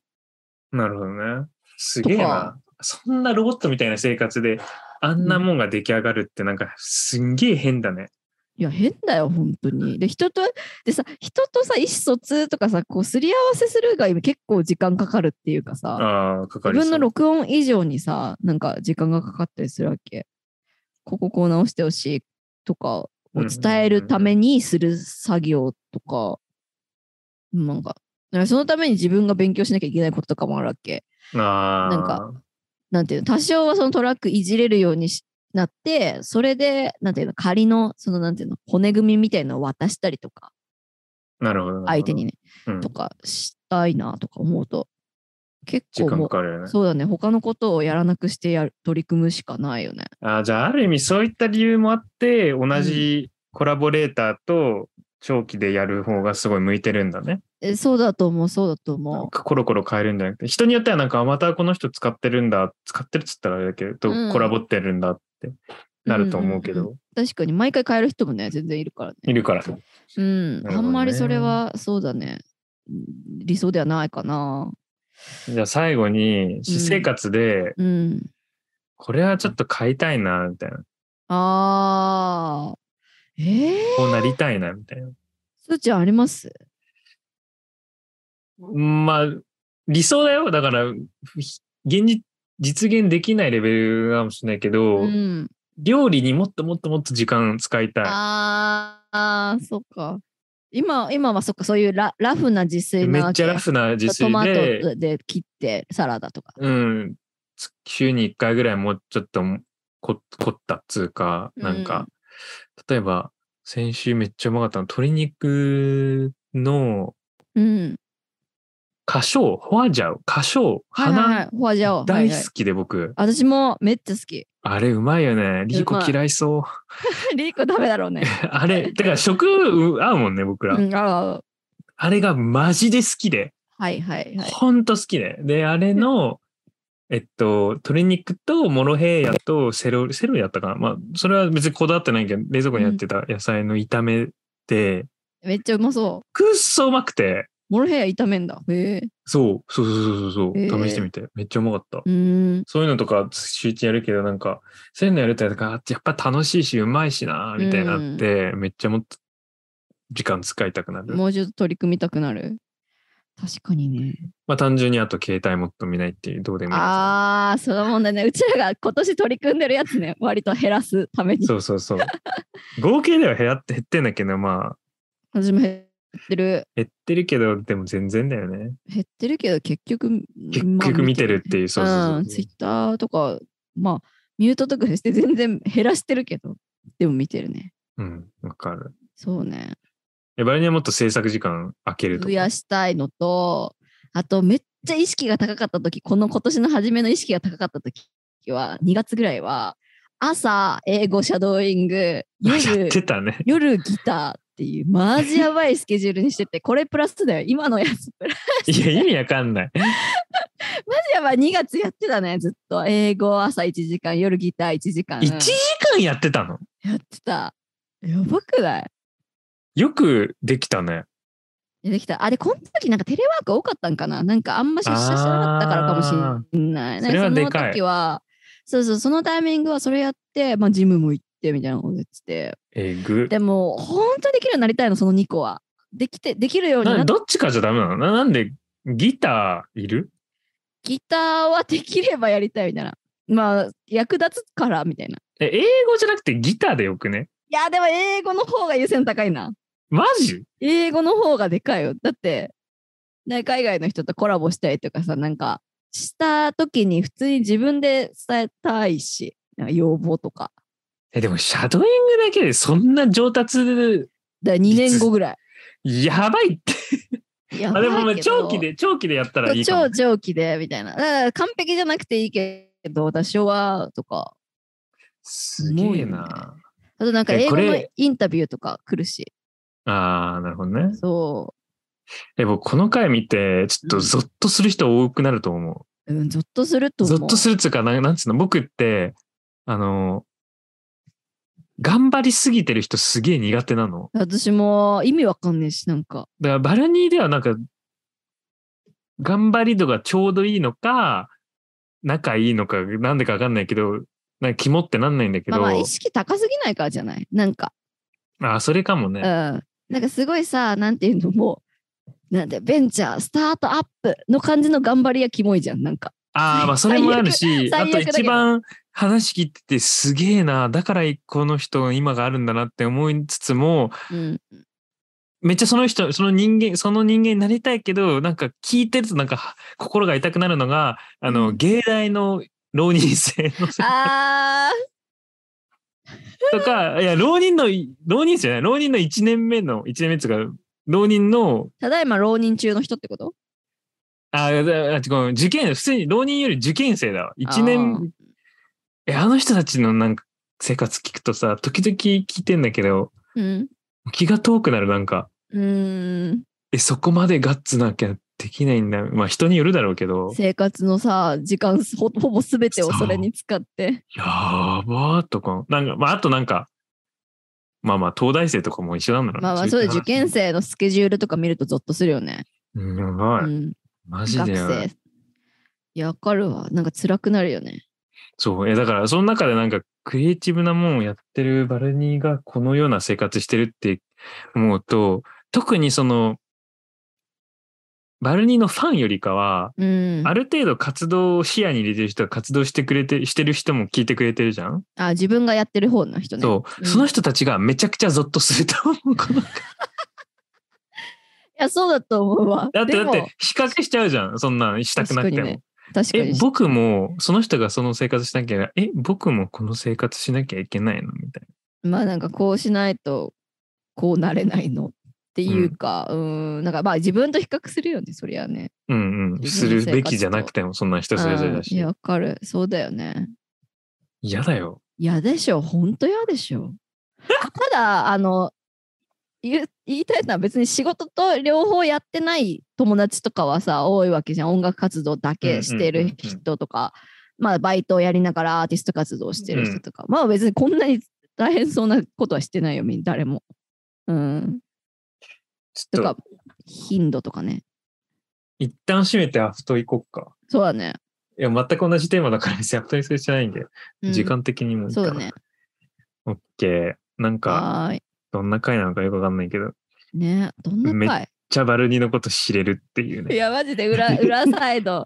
なるほどね。すげえとなか。そんなロボットみたいな生活で、あんなもんが出来上がるってなんかすんげえ変だね。いや、変だよ、本当に。で、人と、でさ、人とさ、意思疎通とかさ、こう、すり合わせするが今結構時間かかるっていうかさ、ああ、かか自りそ分うの録音以上にさ、なんか時間がかかったりするわけ。こここう直してほしいとかを伝えるためにする作業とか、なんか、なんかそのために自分が勉強しなきゃいけないこととかもあるわけ。あーなんかなんていうの、多少はそのトラックいじれるようにしなって、それで、なんていうの、仮の、そのなんていうの、骨組みみたいのを渡したりとか、なるほどなるほど。相手にね、うんとかしたいなとか思うと、結時構間もかう、かるよね。そうだね、他のことをやらなくしてやる取り組むしかないよね。あーじゃあある意味そういった理由もあって同じコラボレーターと長期でやる方がすごい向いてるんだね。えそうだと思う、そうだとなん思かコロコロ変えるんじゃなくて人によってはなんかあまたこの人使ってるんだ使ってるっつったらあれだけど、うんコラボってるんだってなると思うけど、うんう。確かに、毎回変える人もね、全然いるからいね。るから。うん、なるほどねあんまりそれは、そうだね、理想ではないかな。じゃあ最後に私生活でうん。これはちょっと買いたいなみたいな、あー。えー、こうなりたいなみたいな。すーちゃんありますまあ理想だよだから現実実現できないレベルかもしれないけど、うん。料理にもっともっともっと時間使いたああー、そっか。今、今はそっか、そういうララフな自い。炊めなっわちけゃラフな自ト炊マで、トで切ってサラダとか。うん、つ週に1回ぐらいもうちょっとこ凝ったっつうか、なんうか、ん例えば先週めっちゃうまかったの、鶏肉のうん。花椒、ホワジャオ、花椒、はいはいは花、い。ホワジャオ。大はいはい好きで僕。私もめっちゃ好き。 あれうまいよね。リーうコまい嫌いそう。 リーコダメだろうね。あれ、てか食う合うもんね、僕ら。うん、あーあれがマジで好きで。はいはいはい。ほんと好きで。で、あれの、えっと、鶏肉とモロヘイヤとセロリ、セロリやったかなまあ、それは別にこだわってないけど、冷蔵庫にやってた野菜の炒めで、めっちゃうまそう。くっそうまくて、モロヘイヤ炒めんだ。へえ。そう、そうそうそうそう、えー試してみて、めっちゃうまかった。うーん。そういうのとか週一やるけど、なんか、そういうのやると、なんかやっぱ楽しいし、うまいしな、みたいになって、めっちゃもっと時間使いたくなる。もうちょっと取り組みたくなる。確かにね。まあ単純にあと携帯もっと見ないっていう、どうでもいいやつ。ああ、その問題ね。うちらが今年取り組んでるやつね。割と減らすために。そうそうそう。合計では減って減ってんだけど、まあ、私も減ってる。減ってるけど、でも全然だよね。減ってるけど結局結局見てるっていう、そうそううんそツうイッターとかまあミュートとかして全然減らしてるけどでも見てるねうん、わかる。そうねえ、バレにはもっと制作時間空ける増とか。やしたいのとあとめっちゃ意識が高かった時この今年の初めの意識が高かった時は2月ぐらいは朝英語シャドーイングや夜って たね。夜ギターっていうマジやばいスケジュールにしててこれプラスだよ今のやつプラいや、意味わかんない。やばい2月やってたねずっと英語朝1時間夜ギター1時間1時間やってたのやってたやばくないよくできたね。いやできたあでこの時なんかテレワーク多かったんかななんかあんま出社してなかったからかもしんないあーそれはなんでかかいその時はそうそうそのタイミングはそれやって、まあ、ジムも行ってみたいなことやっててえぐ。でも本当にできるようになりたいのその2個はできてできるようにななっどっちかじゃダメなのななんでギターいるギターはできればやりたいみたいな。まあ、役立つからみたいな。え、英語じゃなくてギターでよくねいや、でも英語の方が優先高いな。マジ英語の方がでかいよ。だって、ね、海外の人とコラボしたりとかさ、なんか、した時に普通に自分で伝えたいし、なんか要望とか。え、でもシャドーイングだけでそんな上達だ2年後ぐらやばいって。い。いやあでもままああ長期で長期でやったらいいかも超。長期でみたいな。だから完璧じゃなくていいけど、多少はとか。すげえすごいな。あとなんかえ英こ語れのインタビューとか来るし。ああ、なるほどね。そう。え、僕この回見てちょっとゾッとする人多くなると思うん、ゾッとするう。と思ゾう。ッとするっていうかなんなんつうの僕ってあの頑張りすぎてる人すげえ苦手なの。私も意味わかんねえし、なんか。だからバルニーではなんか頑張り度がちょうどいいのか仲いいのかなんでかわかんないけどなんか肝ってなんないんだけまあど、まあ、意識高すぎないからじゃないなんか、ああそれかもうね。ん。なんかすごいさ、なんていうのもう、なんて、ベンチャー、スタートアップの感じの頑張りやキモいじゃん、なんか。ああ、まあそれもあるし、最あ悪とだけど一番話聞いててすげえな、だからこの人の今があるんだなって思いつつも、うん、めっちゃその人、その人間、その人間になりたいけど、なんか聞いてるとなんか心が痛くなるのが、あの、芸大の浪人生のせ あとか、いや、浪人の、浪人生じゃない、浪人の1年目の、1年目っていうか、浪人の、ーただいま浪人中の人ってことあ、だあ違う受験、普通に浪人より受験生だわ。1あー年、え、あの人たちのなんか生活聞くとさ、時々聞いてんだけど、うん。気が遠くなる、なんか。うーんえ、そこまでガッツなきゃできないんだ。まあ人によるだろうけど、生活のさ時間ほほぼ全てをそれに使ってやーばーとか、なんか、まああとなんか、まあまあ東大生とかも一緒なんだろうなまあまあそうだい受験生のスケジュールとか見るとゾッとするよね、話うん、やばい。うん、マジ学でやばい。生いやわかるわなんか辛くなるよねそう。え、だから、その中でなんか、クリエイティブなもんをやってるバルニーがこのような生活してるって思うと、特にその、バルニーのファンよりかは、うんある程度活動を視野に入れてる人は活動してくれて、してる人も聞いてくれてるじゃん、あ自分がやってる方の人ねそう、うんその人たちがめちゃくちゃゾッとすると 思う。このいやそうだと思うわだって、でだっもて、比較しちゃうじゃん。そんなんしたくなくて確かも。にね確かえに、僕も、その人がその生活しなきゃ、え、僕もこの生活しなきゃいけないのみたいな。まあなんかこうしないとこうなれないのっていうか、うーん、んなんかまあ自分と比較するよねそりゃねうんうん、す自分のる生活とべきじゃなくても、そんな人それぞれだうんいしや。わかるそうだよね嫌だよ。嫌でしょ本当嫌でしょただあの言う言いたいのは別に仕事と両方やってない友達とかはさ多いわけじゃん音楽活動だけしてうんうるんうんうん人とか、まあバイトをやりながらアーティスト活動をしてる人とか、まあ別にこんなに大変そうなことはしてないよみんな誰も。うん、ちょとっかと、頻度とかね。一旦閉めてアフト行こっか。そうだね。いや、全く同じテーマだから別にアフトにする必要ないんで、うん時間的にもいいそかうら。だね。オッケー。なんか、はーい。どんな回なのかよくわかんないけど、ねどんなめ回チャバルニのこと知れるっていうね。いや、マジで 裏裏サイド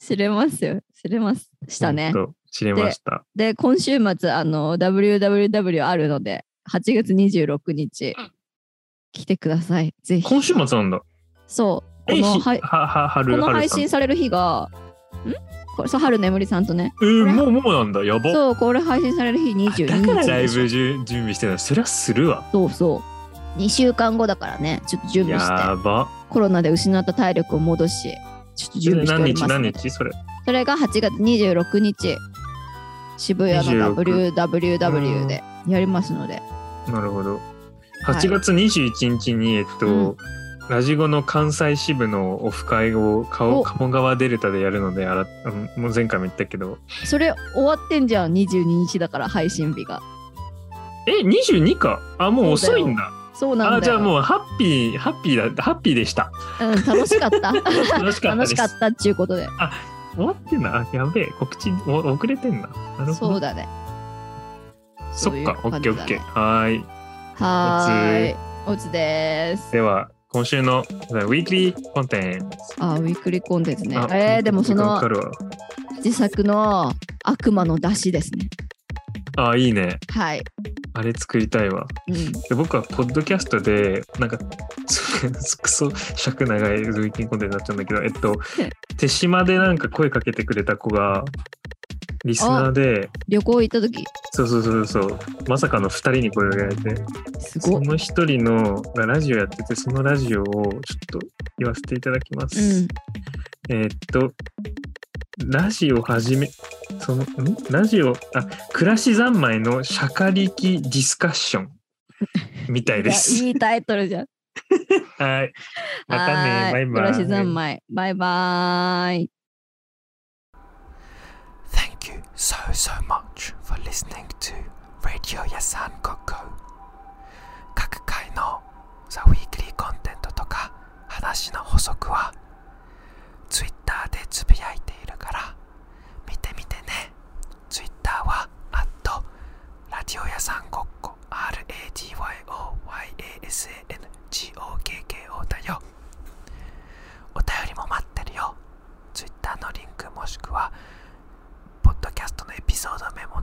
知れますよ。知れます。したね。ほんと。知れました。で、今週末、あの、WWW あるので、8月26日、来てください。ぜひ。今週末なんだ。そう。こえ、のひはいは、は、はこる、のはる配さん。信される日が、んこれ、そう、春眠りさんとね。えー、もう、もうなんだ。やば。そう、これ配信される日あ22日でしだょ。からライブじゅ準備してたのそりゃするわ。そうそう。2週間後だからね、ちょっと準備して、やば。コロナで失った体力を戻し、ちょっと準備してお何ります日の何で、日それ。それが8月26日、渋谷の WWW でやりますので、なるほど。はい8月21日に、えっと、うんラジゴの関西支部のオフ会をお顔鴨川デルタでやるのであら、うんもう前回も言ったけど。それ終わってんじゃん22日だから配信日がえ、22かあ、もうそうだ遅よいんだ。そうなんだよあ、じゃあもうハッピー、ハッピーだ、ハッピー でした。うん、楽しかった 楽し楽かったでしす。かったっちゅうことで終わってんな。あやべえ、告知お遅れてんな。なるほそうど。だねそっか、オそういッう感じケーオだねッケー。はーい。はーいおつですでは、今週のウィークリーコンテンツ。あウィークリーコンテンツねあえー、でもそ時間かのかるわ自作の悪魔の出汁ですねあ、いいね。はい、あれ作りたいわ。うん、で僕はポッドキャストでなんか つクソ尺長いウィーキングコンテンツになっちゃうんだけどえっと手島でなんか声かけてくれた子がリスナーで旅行行った時そうそうそうそうまさかの2人に声をかけられてすごそっの1人のがラジオやっててそのラジオをちょっと言わせていただきます、うんえーっとラジオ始めそのんラジオあ暮らし三昧の釈迦力ディスカッションみたいですいやいいタイトル じゃんはい。またね。バイバイ。暮らし三昧バイバーイ Thank you so, so much for listening to Radio Yasan Koko. 各回の The Weekly コンテンツとか話の補足は Twitter でつぶやいているから見てみてね。Twitter は at ラジオ屋さんごっこ RADIOYASANGOKKO だよ。お便りも待ってるよ。Twitter のリンクもしくはポッドキャストのエピソードメモ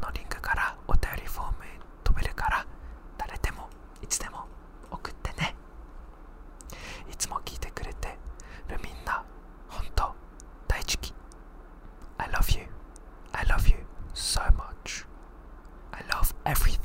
everything